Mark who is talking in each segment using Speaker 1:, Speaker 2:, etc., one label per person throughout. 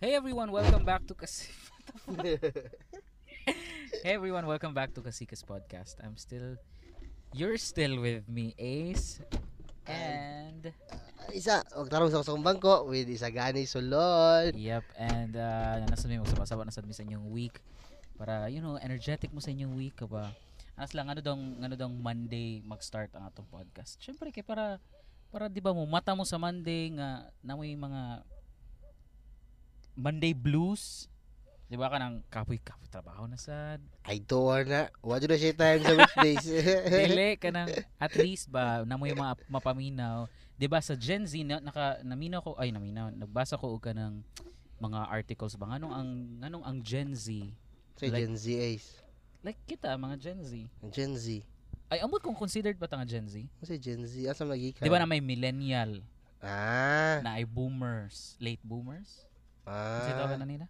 Speaker 1: Hey everyone, welcome back to Kas Hey everyone, welcome back to Kasikas Podcast. I'm still you're still with me, Ace. And
Speaker 2: Isa, og tarong sa kusang bangko with isa gani sulod.
Speaker 1: yep, and uh nasa mi magsabasaba na sad mi sa inyong week para you know, energetic mo sa inyong week ka ba. Anas lang ano dong ano dong Monday mag-start ang atong podcast. Syempre kay para para di ba mo mata mo sa Monday nga namoy mga Monday blues. Di ba ka nang kapoy-kapoy trabaho na sad.
Speaker 2: Ay tuwa na. Wa jud na siya time sa weekdays.
Speaker 1: Dili ka nang at least ba na mo yung mga mapaminaw. 'Di ba sa Gen Z na, naka naminaw ko ay naminaw nagbasa ko og ka ng mga articles ba nganong ang nganong ang Gen Z
Speaker 2: Sa Gen Z Ace.
Speaker 1: like kita mga Gen Z
Speaker 2: Gen Z.
Speaker 1: ay amot kung considered ba ta nga Gen Z
Speaker 2: Ano si Gen Z? Asa lagi ka?
Speaker 1: di ba na may millennial
Speaker 2: Ah.
Speaker 1: na ay boomers late boomers kasi tawag
Speaker 2: Ah.
Speaker 1: na nila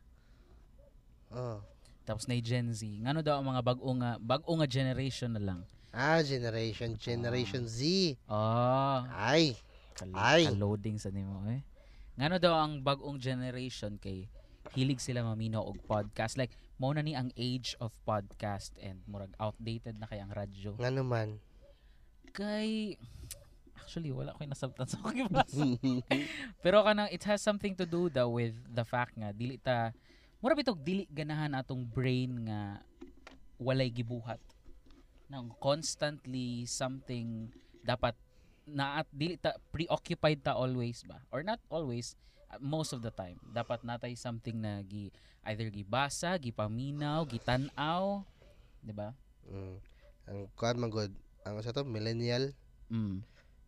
Speaker 2: Oh.
Speaker 1: tapos na Gen Z ngano daw ang mga bag-o nga bag-o nga generation na lang
Speaker 2: Ah, generation, generation Z.
Speaker 1: ah
Speaker 2: Ay,
Speaker 1: Kal-
Speaker 2: Ay.
Speaker 1: loading sa nimo eh. Ngano daw ang bagong generation kay hilig sila mamino og podcast like mao na ni ang age of podcast and murag outdated na kay ang radyo.
Speaker 2: nga naman.
Speaker 1: Kay actually wala ko'y nasabtan sa akong gibasa.
Speaker 2: Mm.
Speaker 1: Pero kanang it has something to do daw with the fact nga dili ta mura bitog dili ganahan atong brain nga walay gibuhat nang constantly something dapat na at dili ta preoccupied ta always ba or not always uh, most of the time dapat natay something na gi either gibasa gipaminaw gitan-aw di ba
Speaker 2: Mm. Ang kuan man gud. Ang usa to millennial
Speaker 1: mm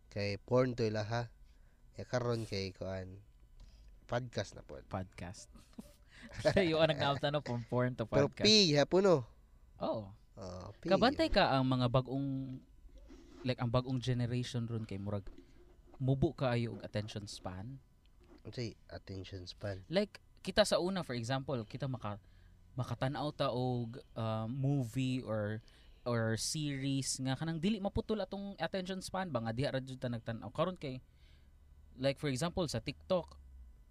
Speaker 2: kay porn to ila ha. Ya karon kay kuan podcast na pod.
Speaker 1: podcast Layo ang nagkautano from porn to
Speaker 2: Pero
Speaker 1: podcast.
Speaker 2: P hapon no.
Speaker 1: oh.
Speaker 2: Oh, P.
Speaker 1: Kabantay ka ang mga bagong like ang bagong generation ron kay murag mubo kaayo og attention span.
Speaker 2: Unsay attention span?
Speaker 1: Like kita sa una for example, kita maka makatan-aw ta og uh, movie or or series nga kanang dili maputol atong attention span ba nga diha ra jud ta nagtan-aw karon kay like for example sa TikTok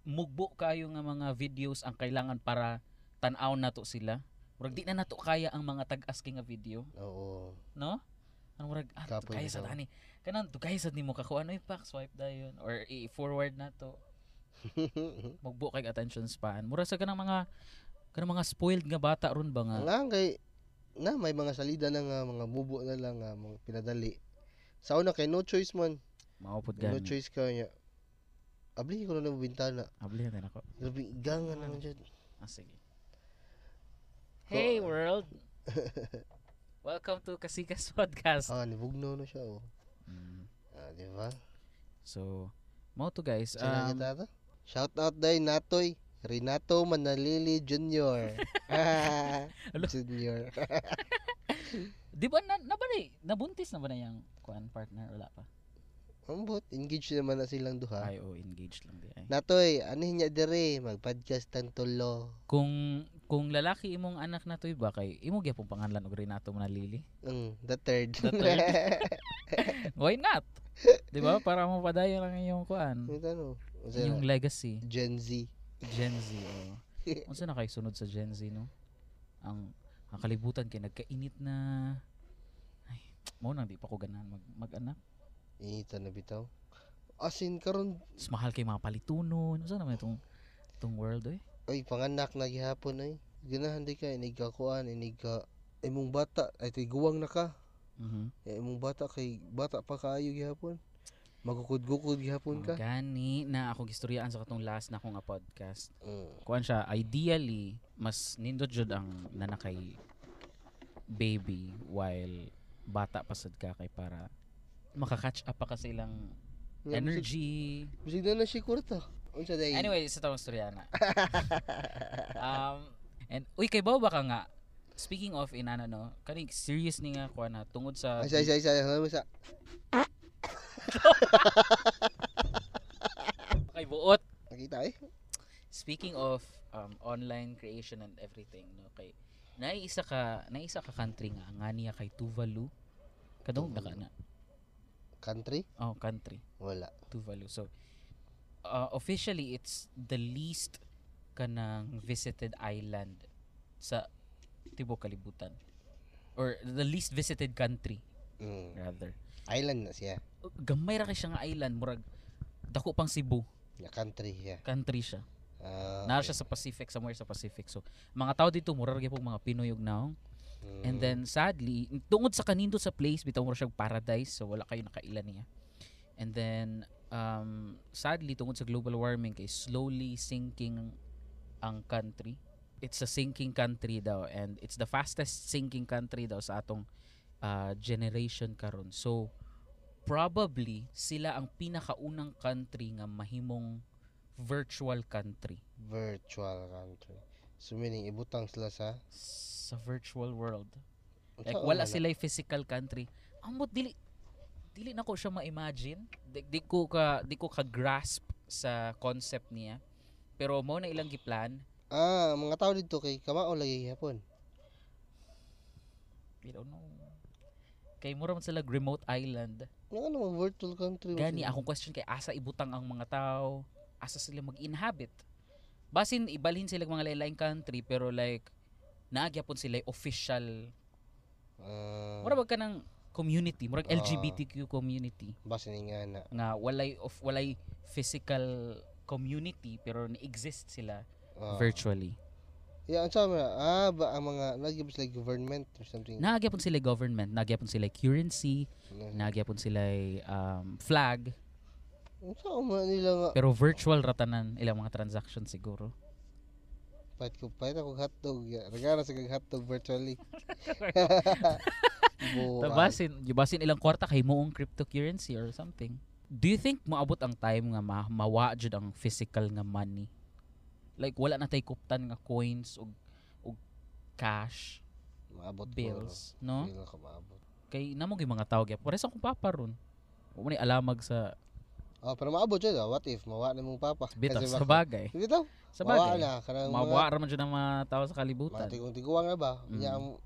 Speaker 1: mugbo kaayo nga mga videos ang kailangan para tan-aw nato sila. Murag di na nato kaya ang mga tag-asking nga video
Speaker 2: Oo.
Speaker 1: no? Ano murag ah,
Speaker 2: Kapoy
Speaker 1: dugay sa
Speaker 2: bitaw.
Speaker 1: tani. Kanan dugay sa nimo kakuha ano pack swipe da yun or i-forward na to. Magbo kay attention span. Mura sa kanang mga kanang mga spoiled nga bata ron ba nga.
Speaker 2: nga kay na may mga salida na nga mga bubo na lang nga mga pinadali. Sa una kay no choice man.
Speaker 1: Maupod
Speaker 2: No
Speaker 1: gani.
Speaker 2: choice ka niya. Abli ko na lang bintana.
Speaker 1: Abli na ako.
Speaker 2: Grabe ganga na lang dyan.
Speaker 1: Ah, sige. Hey
Speaker 2: Ko-
Speaker 1: world. Welcome to Kasikas Podcast.
Speaker 2: Ah, nibugno na siya oh.
Speaker 1: Mm.
Speaker 2: Ah, di ba?
Speaker 1: So, mao to guys.
Speaker 2: Sino
Speaker 1: Um,
Speaker 2: nga tata? Shout out day Natoy. Renato Manalili Jr. Ah,
Speaker 1: Alo.
Speaker 2: Junior.
Speaker 1: di ba na, na ba na, nabuntis na ba na yung kuan partner wala pa?
Speaker 2: Ambot, engaged naman na silang duha.
Speaker 1: Ay, oh, engaged lang di ay.
Speaker 2: Natoy, ano niya dire? Mag-podcast ang tulo.
Speaker 1: kung kung lalaki imong anak na to iba kay imo gyapon pangalan og Renato Manalili.
Speaker 2: Mm, the third.
Speaker 1: The Why not? 'Di ba? Para mo padayon ang iyong kuan,
Speaker 2: Yung tanong. O sea,
Speaker 1: iyong legacy,
Speaker 2: Gen Z.
Speaker 1: Gen Z. Oh. Unsa na kay sunod sa Gen Z no? Ang ang kalibutan kay nagkainit na ay mo nang di pa ko ganahan mag mag-anak.
Speaker 2: Inita na bitaw. As in, karon,
Speaker 1: Mas mahal kay mga palitunon. Unsa naman itong itong world eh?
Speaker 2: ay, panganak na gihapon ay. Ganahan di ka, inig ka kuan, inig ka, imong bata, ay, tiguwang na ka.
Speaker 1: Mhm.
Speaker 2: Eh, imong bata kay, bata pa kaayo gihapon. Magukod-gukod gihapon ka.
Speaker 1: Gani na akong gistoryaan sa katong last na akong nga podcast.
Speaker 2: Mm.
Speaker 1: kuan siya ideally mas nindot jud ang nanakay baby while bata pa sad ka kay para makakatch up pa ka sa ilang
Speaker 2: Nga, busog-
Speaker 1: energy
Speaker 2: Busog na na siya kurta. Unsa day?
Speaker 1: anyway sa tawang storya na um and uy kay bawa ka nga speaking of in ano no kaning serious ni nga kuan na tungod sa
Speaker 2: Ay, isa, isa, isa. Ano mo sa?
Speaker 1: kay buot
Speaker 2: Nakita eh?
Speaker 1: speaking of um, online creation and everything no kay naisa ka naisa ka country nga nga niya kay Tuvalu kadong na ka na
Speaker 2: Country?
Speaker 1: oh country
Speaker 2: Wala.
Speaker 1: Tuvalu. So, uh, officially, it's the least ka ng visited island sa tibuok kalibutan or the least visited country
Speaker 2: Mm.
Speaker 1: rather
Speaker 2: Island na siya.
Speaker 1: gamay ra kay siya nga island murag dako pang Cebu
Speaker 2: Na country siya.
Speaker 1: country siya
Speaker 2: Ah,
Speaker 1: naa
Speaker 2: okay.
Speaker 1: siya sa Pacific somewhere sa Pacific so mga tao dito murag gyud mga Pinoy og naong
Speaker 2: Mm.
Speaker 1: And then sadly, tungod sa kanindo sa place bitaw mo siyang paradise so wala kayo nakaila niya. And then um sadly tungod sa global warming kay slowly sinking ang country. It's a sinking country daw and it's the fastest sinking country daw sa atong uh, generation karon. So probably sila ang pinakaunang country nga mahimong virtual country
Speaker 2: virtual country. So meaning ibutang sila sa
Speaker 1: sa virtual world. Like
Speaker 2: Saan
Speaker 1: wala
Speaker 2: na-
Speaker 1: sila physical country. Amot dili dili na ko siya ma-imagine. Di, di ko ka di ko ka grasp sa concept niya. Pero mao na ilang giplan.
Speaker 2: Ah, ang mga tao dito kay kamao lagi hapon.
Speaker 1: I don't know. Kay mura man sila remote island.
Speaker 2: Nga ano mga virtual country mo
Speaker 1: Gani
Speaker 2: sila?
Speaker 1: akong question kay asa ibutang ang mga tao? Asa sila mag-inhabit? Basin ibalhin sila mga lain-laing country pero like naagyapon sila official.
Speaker 2: Ah,
Speaker 1: Mura bag ka ng community, murag
Speaker 2: Ah.
Speaker 1: LGBTQ community.
Speaker 2: base ni nga na.
Speaker 1: nga walay of walay physical community pero na-exist sila
Speaker 2: Ah.
Speaker 1: virtually.
Speaker 2: Yeah, ang sabi na, ah, ba ang mga nagyabas like government or something.
Speaker 1: Naagyapon sila government, naagyapon sila currency,
Speaker 2: Na,
Speaker 1: naagyapon sila um, flag,
Speaker 2: ang sabi man nila nga,
Speaker 1: pero virtual ratanan ilang mga transaction siguro.
Speaker 2: pahit ko, pahit ako hotdog. Yeah. Nagana sa kag hotdog virtually. Buwan.
Speaker 1: Tabasin, basin ilang kwarta kay moong cryptocurrency or something. Do you think maabot ang time nga ma mawa jud ang physical nga money? Like wala na tay kuptan nga coins og og cash,
Speaker 2: Maabot
Speaker 1: bills,
Speaker 2: Ko,
Speaker 1: no?
Speaker 2: Feel ko maabot.
Speaker 1: kay namo gyud mga tawag gyud pares akong papa ron mo ni alamag sa
Speaker 2: Oh, pero maabot yun. ah. What if? Mawa na mong papa.
Speaker 1: bitaw
Speaker 2: Kasi
Speaker 1: sa
Speaker 2: baka-
Speaker 1: bagay
Speaker 2: Bitaw.
Speaker 1: sa
Speaker 2: Mawa
Speaker 1: bagay
Speaker 2: na. Karang mga,
Speaker 1: mawa ra man jud ang mga tao sa
Speaker 2: mga
Speaker 1: kalibutan
Speaker 2: tigong-tiguang na ba?
Speaker 1: Mm.
Speaker 2: Nya ang-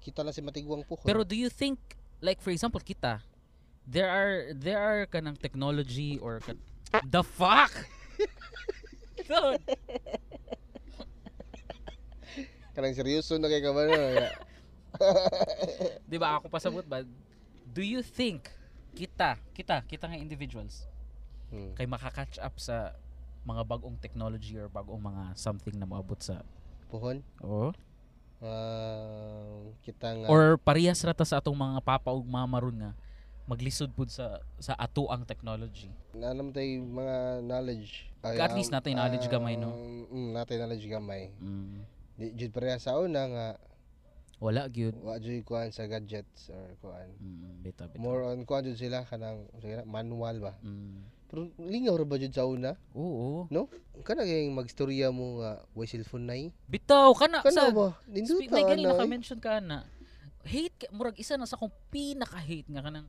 Speaker 2: kita na si matigwang po.
Speaker 1: pero do you think like for example kita there are there are kanang technology or kan- the fuck Dude,
Speaker 2: Karang seryoso na kay ano, kabano.
Speaker 1: di ba ako pasabot ba do you think kita kita kita nga individuals
Speaker 2: hmm.
Speaker 1: kay makakatch up sa mga bagong technology or bagong mga something na maabot sa oh?
Speaker 2: Puhon.
Speaker 1: oo
Speaker 2: Ah, kita nga.
Speaker 1: or parehas rata sa atong mga papa ug mama ron nga maglisod pud sa sa ato ang technology.
Speaker 2: Naanam tayo mga knowledge. Ay,
Speaker 1: At least
Speaker 2: ang-
Speaker 1: natay knowledge gamay, no?
Speaker 2: ang- Mm, natay knowledge gamay.
Speaker 1: Mm.
Speaker 2: Di, jud pareha sa una nga,
Speaker 1: Wala gyud.
Speaker 2: wa jud kuan sa gadgets or kuan.
Speaker 1: Mm, beta beta.
Speaker 2: More on kuan jud sila kanang sige na, manual ba.
Speaker 1: Mm.
Speaker 2: Pero lingaw ra ba jud sa una?
Speaker 1: Oo.
Speaker 2: Kana kay magstorya mo nga way cellphone na eh.
Speaker 1: Bitaw kana
Speaker 2: Kana
Speaker 1: Ah, sa
Speaker 2: ba? Nindot
Speaker 1: speed na gani naka-mention ka na. Hate ka- murag isa na sa akong pinaka-hate nga kanang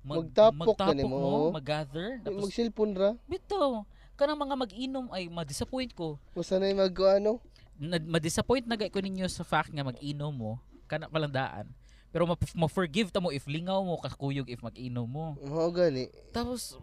Speaker 2: Magtapok
Speaker 1: magtapok
Speaker 2: ka nimo,
Speaker 1: mo,
Speaker 2: oh.
Speaker 1: mag-gather. Tapos,
Speaker 2: Mag cellphone ra.
Speaker 1: bitaw, kanang mga mag-inom ay ma-disappoint ko.
Speaker 2: Basta na mag ano.
Speaker 1: na, ma-disappoint na gay ko ninyo sa fact nga mag-inom mo, kana palang daan. Pero ma- ma-forgive ta mo if lingaw mo, kakuyog if mag-inom mo.
Speaker 2: Mao gani
Speaker 1: Tapos,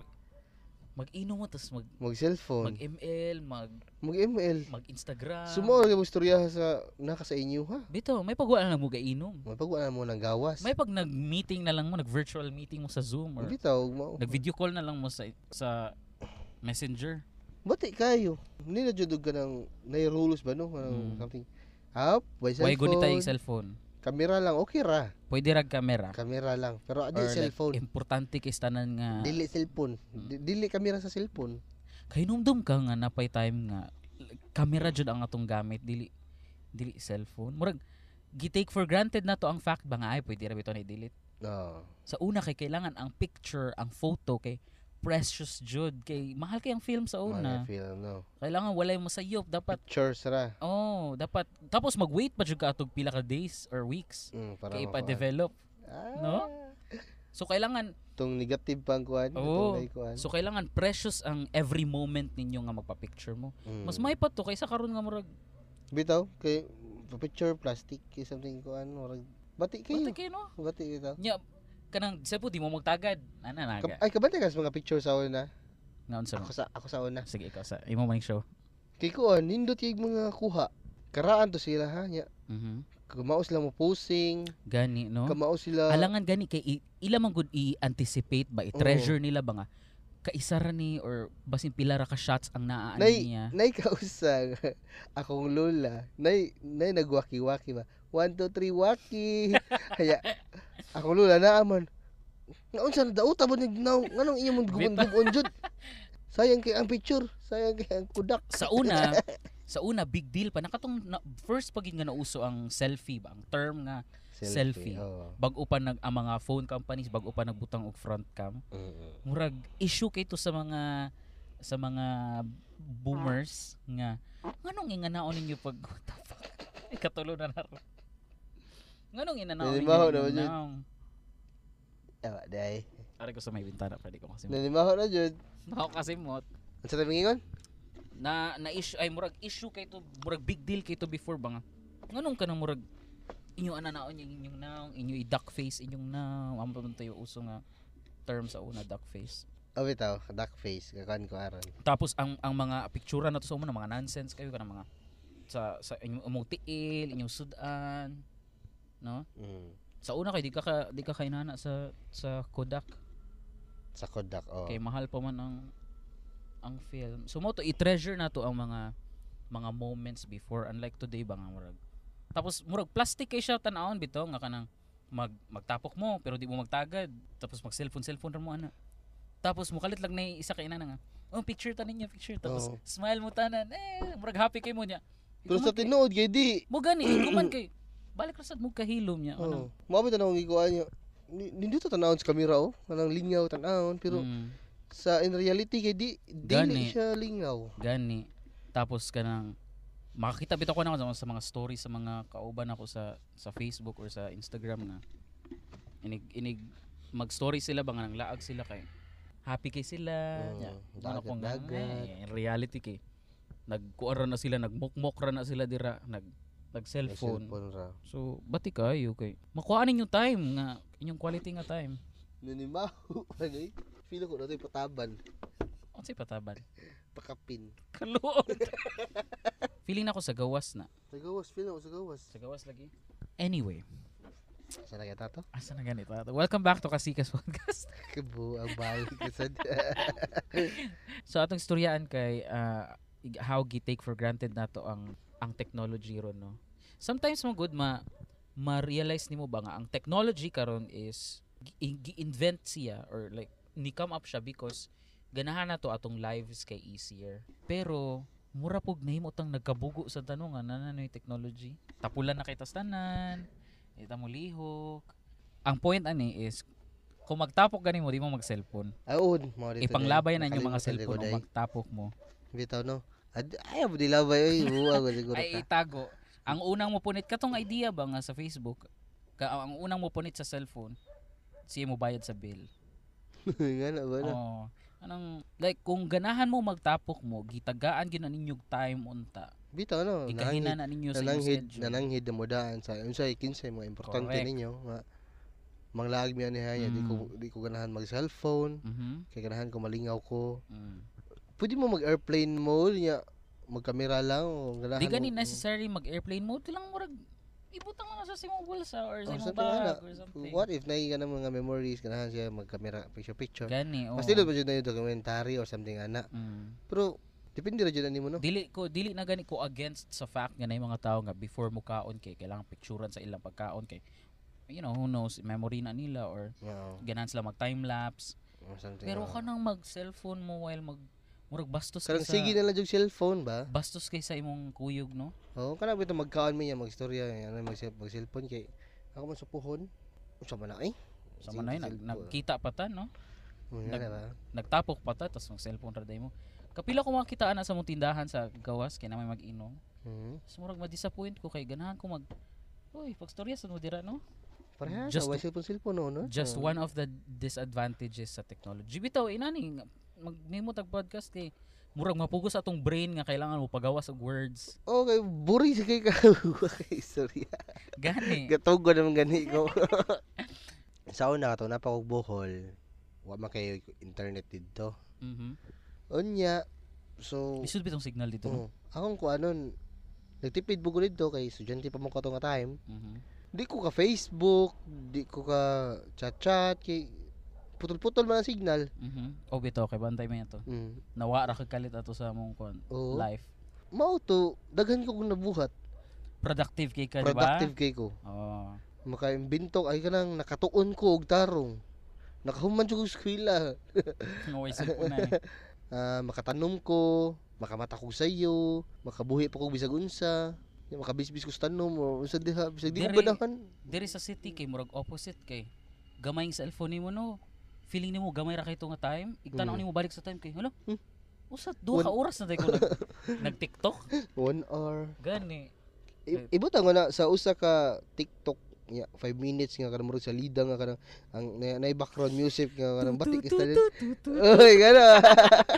Speaker 1: mag-inom mo, tapos mag,
Speaker 2: mag cellphone,
Speaker 1: mag-ML, mag,
Speaker 2: mag ML.
Speaker 1: mag-Instagram.
Speaker 2: Sumo ra kay magstorya sa naka sa inyo ha.
Speaker 1: Bito, may pagwala na mo gainom.
Speaker 2: May pagwala mo ng gawas.
Speaker 1: May pag nag-meeting na lang mo, nag-virtual meeting mo sa Zoom or
Speaker 2: Bitaw mo.
Speaker 1: nag-video call na lang mo sa sa Messenger.
Speaker 2: Bati kayo. Nila judog ka ng nay rules ba no? Parang
Speaker 1: Mm.
Speaker 2: something. Up,
Speaker 1: Why
Speaker 2: by cellphone.
Speaker 1: go ni tayo yung cellphone?
Speaker 2: Kamera lang, okay ra.
Speaker 1: Pwede rag camera.
Speaker 2: Kamera lang. Pero adi
Speaker 1: Or ah. Hmm.
Speaker 2: cellphone.
Speaker 1: like, importante kay tanan nga
Speaker 2: dili cellphone. Di- Dili kamera sa cellphone.
Speaker 1: kahinumdum ka nga napay time nga camera jud ang atong gamit dili dili cellphone murag gitake for granted na to ang fact ba nga ay pwede ra bitaw ni delete
Speaker 2: No.
Speaker 1: sa una kay kailangan ang picture ang photo kay precious jud kay mahal kay ang film sa
Speaker 2: Mga
Speaker 1: una
Speaker 2: film, no.
Speaker 1: kailangan walay mo sayop dapat
Speaker 2: Pictures ra.
Speaker 1: oh dapat tapos mag-wait pa jud ka atog pila ka days or weeks
Speaker 2: Mm, para
Speaker 1: kay
Speaker 2: makuha.
Speaker 1: pa-develop
Speaker 2: Ah,
Speaker 1: no? so kailangan
Speaker 2: Tong negative pa ang kuhan.
Speaker 1: Oo.
Speaker 2: Itong may kuhan.
Speaker 1: Oh. so kailangan precious ang every moment ninyo nga magpa-picture mo
Speaker 2: Mm.
Speaker 1: mas may pa to kaysa karon nga murag
Speaker 2: Bitaw, kay picture, plastic, kay something kuhan. Murag, bati kayo.
Speaker 1: Bata kayo, no?
Speaker 2: Bati bitaw.
Speaker 1: Nya, kanang sa po, di mo magtagad. Ana na aga.
Speaker 2: Ka- Ay, kabante ka sa mga picture sa una.
Speaker 1: Nga unsa
Speaker 2: Ako sa, ako sa una.
Speaker 1: Sige ikaw sa imo maning show.
Speaker 2: Kay kuan nindot yung mga kuha. Karaan to sila ha nya.
Speaker 1: Mhm.
Speaker 2: Kamao sila mo posing,
Speaker 1: Gani no.
Speaker 2: kamao sila
Speaker 1: Alangan gani kay i- ila man gud i-anticipate ba i-treasure nila ba nga kaisa ra ni or basin pila ra ka shots ang naa
Speaker 2: Nay-
Speaker 1: niya.
Speaker 2: nay kausang akong lola. Nay nay nagwaki-waki ba. 1 2 3 waki. Haya. Akong lola na aman. Naunsa na daot abot ni ginaw. Nganong iya mong
Speaker 1: Bita.
Speaker 2: gugun jud. Sayang kay ang picture, sayang kay ang kudak.
Speaker 1: Sa una, sa una big deal pa nakatong na, first pagid nga nauso ang selfie ba ang term nga Selfie.
Speaker 2: oo.
Speaker 1: bago pa nag ang mga phone companies bago pa nagbutang og front cam.
Speaker 2: Mm-mm.
Speaker 1: Murag issue kay to sa mga sa mga boomers nga nganong inganaon ninyo pag what the fuck? Ay, katulo na na. ra. Nganong inanaon ninyo?
Speaker 2: Nalimahaw na ba yun?
Speaker 1: Nanaong.
Speaker 2: Tama day.
Speaker 1: Ari ko sa may bintana pwede ko kasi.
Speaker 2: Nanimaho na jud.
Speaker 1: Ako kasi mo
Speaker 2: Ang sa tabing ingon?
Speaker 1: na na issue ay murag issue kay to murag big deal kay to before ba nga. Nganong kanang murag inyo ananaon yung inyong naong, inyo i duck face inyong naong, amo pa man tayo uso nga term sa una duck face.
Speaker 2: Oh, bitaw, duck face, kan, kakuan ko aron.
Speaker 1: Tapos ang ang mga pictura na to sa una mga nonsense kayo kanang mga sa sa inyong imong tiil, inyong sudan, no?
Speaker 2: Mm.
Speaker 1: Sa una kay di ka, ka di ka kay nana sa sa Kodak
Speaker 2: Sa kodak, oh.
Speaker 1: kay mahal pa man ang ang film. So mo to i-treasure na to ang mga mga moments before unlike today ba nga murag. Tapos murag plastic kay siya tan-awon bitaw nga kanang mag magtapok mo pero di mo magtagad. Tapos mag cellphone cellphone ra mo ana. Tapos mukalit lang na isa kay inana nga. Oh, picture ta ninyo, picture. Tapos
Speaker 2: Oo.
Speaker 1: smile mo tanan. Eh, murag happy kay mo niya.
Speaker 2: Pero sa tinuod kay di.
Speaker 1: Mo gani, iguman kay. Balik ra sad mo kahilom niya. ano?
Speaker 2: Oh. Mabot na akong ikuan niyo. Nindot ta tanawon sa kamera oh, kanang lingaw tanawon pero
Speaker 1: Mm.
Speaker 2: sa in reality kay di
Speaker 1: Gani.
Speaker 2: dili siya lingaw.
Speaker 1: gani tapos kanang makakita bitaw ko na ako sa mga stories sa mga kauban ako sa sa Facebook or sa Instagram na inig inig mag-story sila ba nga nang laag sila kay happy kay sila Ano
Speaker 2: Oo,
Speaker 1: nya
Speaker 2: Mm. dagat,
Speaker 1: ko nga,
Speaker 2: Hmm. dagat.
Speaker 1: ya. eh, in reality kay nagkuara na sila nagmukmok ra na sila dira nag nag
Speaker 2: May
Speaker 1: cellphone
Speaker 2: Cellphone ra.
Speaker 1: so bati kayo kay makuha ninyo time nga inyong quality nga time
Speaker 2: Nanimaho ani. Feel ko na to'y pataban,
Speaker 1: unsay pataban
Speaker 2: pakapin.
Speaker 1: kaluon feeling na ako sa gawas na
Speaker 2: Sa gawas, feel ako sa gawas.
Speaker 1: sa gawas lagi anyway
Speaker 2: Sa lagay tato?
Speaker 1: Asa na ganito? Welcome back to Kasikas Podcast.
Speaker 2: Kabu ang balik sad.
Speaker 1: so atong istoryaan kay ah, ig- how gi take for granted nato ang ang technology ron no. Sometimes mo good ma ma-realize nimo ba nga ang technology karon is gi- gi-invent siya or like ni come up siya because ganahan na to atong lives kay easier. Pero mura pug nahimo tang nagkabugo sa tanong nga nananoy technology. Tapulan na kay tastanan, ita mo lihok. Ang point ani is kung magtapok gani mo di mo mag-cellphone.
Speaker 2: Aon, mo dito.
Speaker 1: Ipanglabay na yung mga
Speaker 2: Nakalimutan ko
Speaker 1: cellphone o
Speaker 2: day.
Speaker 1: magtapok mo.
Speaker 2: Bitaw no. Ad- Ayaw mo nilabay ay buwa ko siguro
Speaker 1: Ay
Speaker 2: ka.
Speaker 1: itago. Ang unang mo punit katong idea ba nga sa Facebook? Ka, ang unang mo punit sa cellphone, siya mo bayad sa bill.
Speaker 2: Nga na ba na?
Speaker 1: Oo. Anong like kung ganahan mo magtapok mo, gitagaan gyud na ninyog time unta.
Speaker 2: Bitaw no.
Speaker 1: Gikahina na ninyo sa inyong
Speaker 2: nananghid
Speaker 1: schedule.
Speaker 2: nananghid na mo daan sa unsay kinsay mga importante
Speaker 1: Correct. Mm.
Speaker 2: ninyo nga manglaag mi ani haya di ko di ko ganahan mag cellphone
Speaker 1: Mhm.
Speaker 2: kay ganahan ko malingaw ko
Speaker 1: Mm.
Speaker 2: pwede mo mag airplane mode nya magkamera lang o ganahan
Speaker 1: Di gani
Speaker 2: mo- mm.
Speaker 1: necessary mag-airplane mode lang murag ibutang lang sa simong bulsa or
Speaker 2: or
Speaker 1: sa imong
Speaker 2: something ana.
Speaker 1: bag or something.
Speaker 2: Oh, what if naay ka ng mga memories ganahan siya magkamera picture picture
Speaker 1: Gani, oo.
Speaker 2: mas dili ba jud na yung documentary or something ana
Speaker 1: Mm.
Speaker 2: pero depende ra jud nimo no
Speaker 1: dili ko dili na gani ko against sa fact nga nay mga tao nga before mo kaon kay kailangan picturean sa ilang pagkaon kay you know who knows memory na nila or
Speaker 2: Oo,
Speaker 1: ganan sila mag time lapse
Speaker 2: or something
Speaker 1: pero
Speaker 2: oo.
Speaker 1: kanang mag cellphone mo while mag murag bastos kay
Speaker 2: karang
Speaker 1: sa
Speaker 2: sige na lang jud cellphone ba
Speaker 1: bastos kay sa imong kuyog no
Speaker 2: Oo, oh, kanang bito magkaon mi niya magstorya ano mag mag cellphone kay ako man sa puhon. Sa man ay.
Speaker 1: sa manay nag, nagkita pa ta no
Speaker 2: Oh,
Speaker 1: nag-
Speaker 2: nag
Speaker 1: nagtapok pa ta tas mag cellphone ra day mo kapila ko makita ana sa mong tindahan sa gawas kay na may mag-inom
Speaker 2: Hmm.
Speaker 1: so murag ma-disappoint ko kay ganahan ko mag Uy, pagstorya sa mo dira no?
Speaker 2: Parehas
Speaker 1: Just-
Speaker 2: sa way cellphone cellphone no Oh. no.
Speaker 1: just one of the disadvantages sa technology bitaw inani magnimo tag podcast kay murag mapugos atong brain nga kailangan mo pagawas og words
Speaker 2: Oh, kay buri sa kay ka. kay istorya.
Speaker 1: gani
Speaker 2: Gatugo naman gani ko. sa una to na pa kog Bohol. Wa man kay internet didto.
Speaker 1: mhm
Speaker 2: Unya So,
Speaker 1: Lisod bitong signal dito. no?
Speaker 2: oo. akong ko anon, nagtipid bugo dito kay estudyante pa mo ko nga time.
Speaker 1: Mhm.
Speaker 2: Di ko ka Facebook, di ko ka chat-chat, kay putol-putol man ang signal.
Speaker 1: Mhm. O bito kay bantay man to.
Speaker 2: Mm.
Speaker 1: Nawa ra kag kalit ato sa among kon
Speaker 2: Oo.
Speaker 1: life.
Speaker 2: Mao to, daghan ko kung nabuhat.
Speaker 1: Productive kay ka, di ba? Oh.
Speaker 2: Productive kay ko.
Speaker 1: Oo.
Speaker 2: Makaimbintok ay kanang nakatuon ko og tarong. Nakahuman jud ko sa eskwela.
Speaker 1: Naway sa po na eh.
Speaker 2: Ah, makatanom ko, makamata ko sa iyo, makabuhi pa ko bisag unsa, yung makabisbis ko sa tanom o unsa diha bisag di ko
Speaker 1: Diri.
Speaker 2: banahan.
Speaker 1: Diri sa city kay murag opposite kay gamay ang cellphone nimo no. Feeling nimo gamay ra kay to nga time. Igtanaw
Speaker 2: Mm.
Speaker 1: nimo balik sa time kay hala.
Speaker 2: Hmm.
Speaker 1: Usa duha ka oras na tayo ko nag, nag-TikTok.
Speaker 2: One hour.
Speaker 1: Gani. Hmm.
Speaker 2: I- ibutan ko na sa usa ka TikTok ya 5 minutes nga kanang murag sa lida nga kanang ang na, na background music nga kanang batik
Speaker 1: Tu, tu,
Speaker 2: istan.
Speaker 1: tu, tu, tu.
Speaker 2: Oy, gana.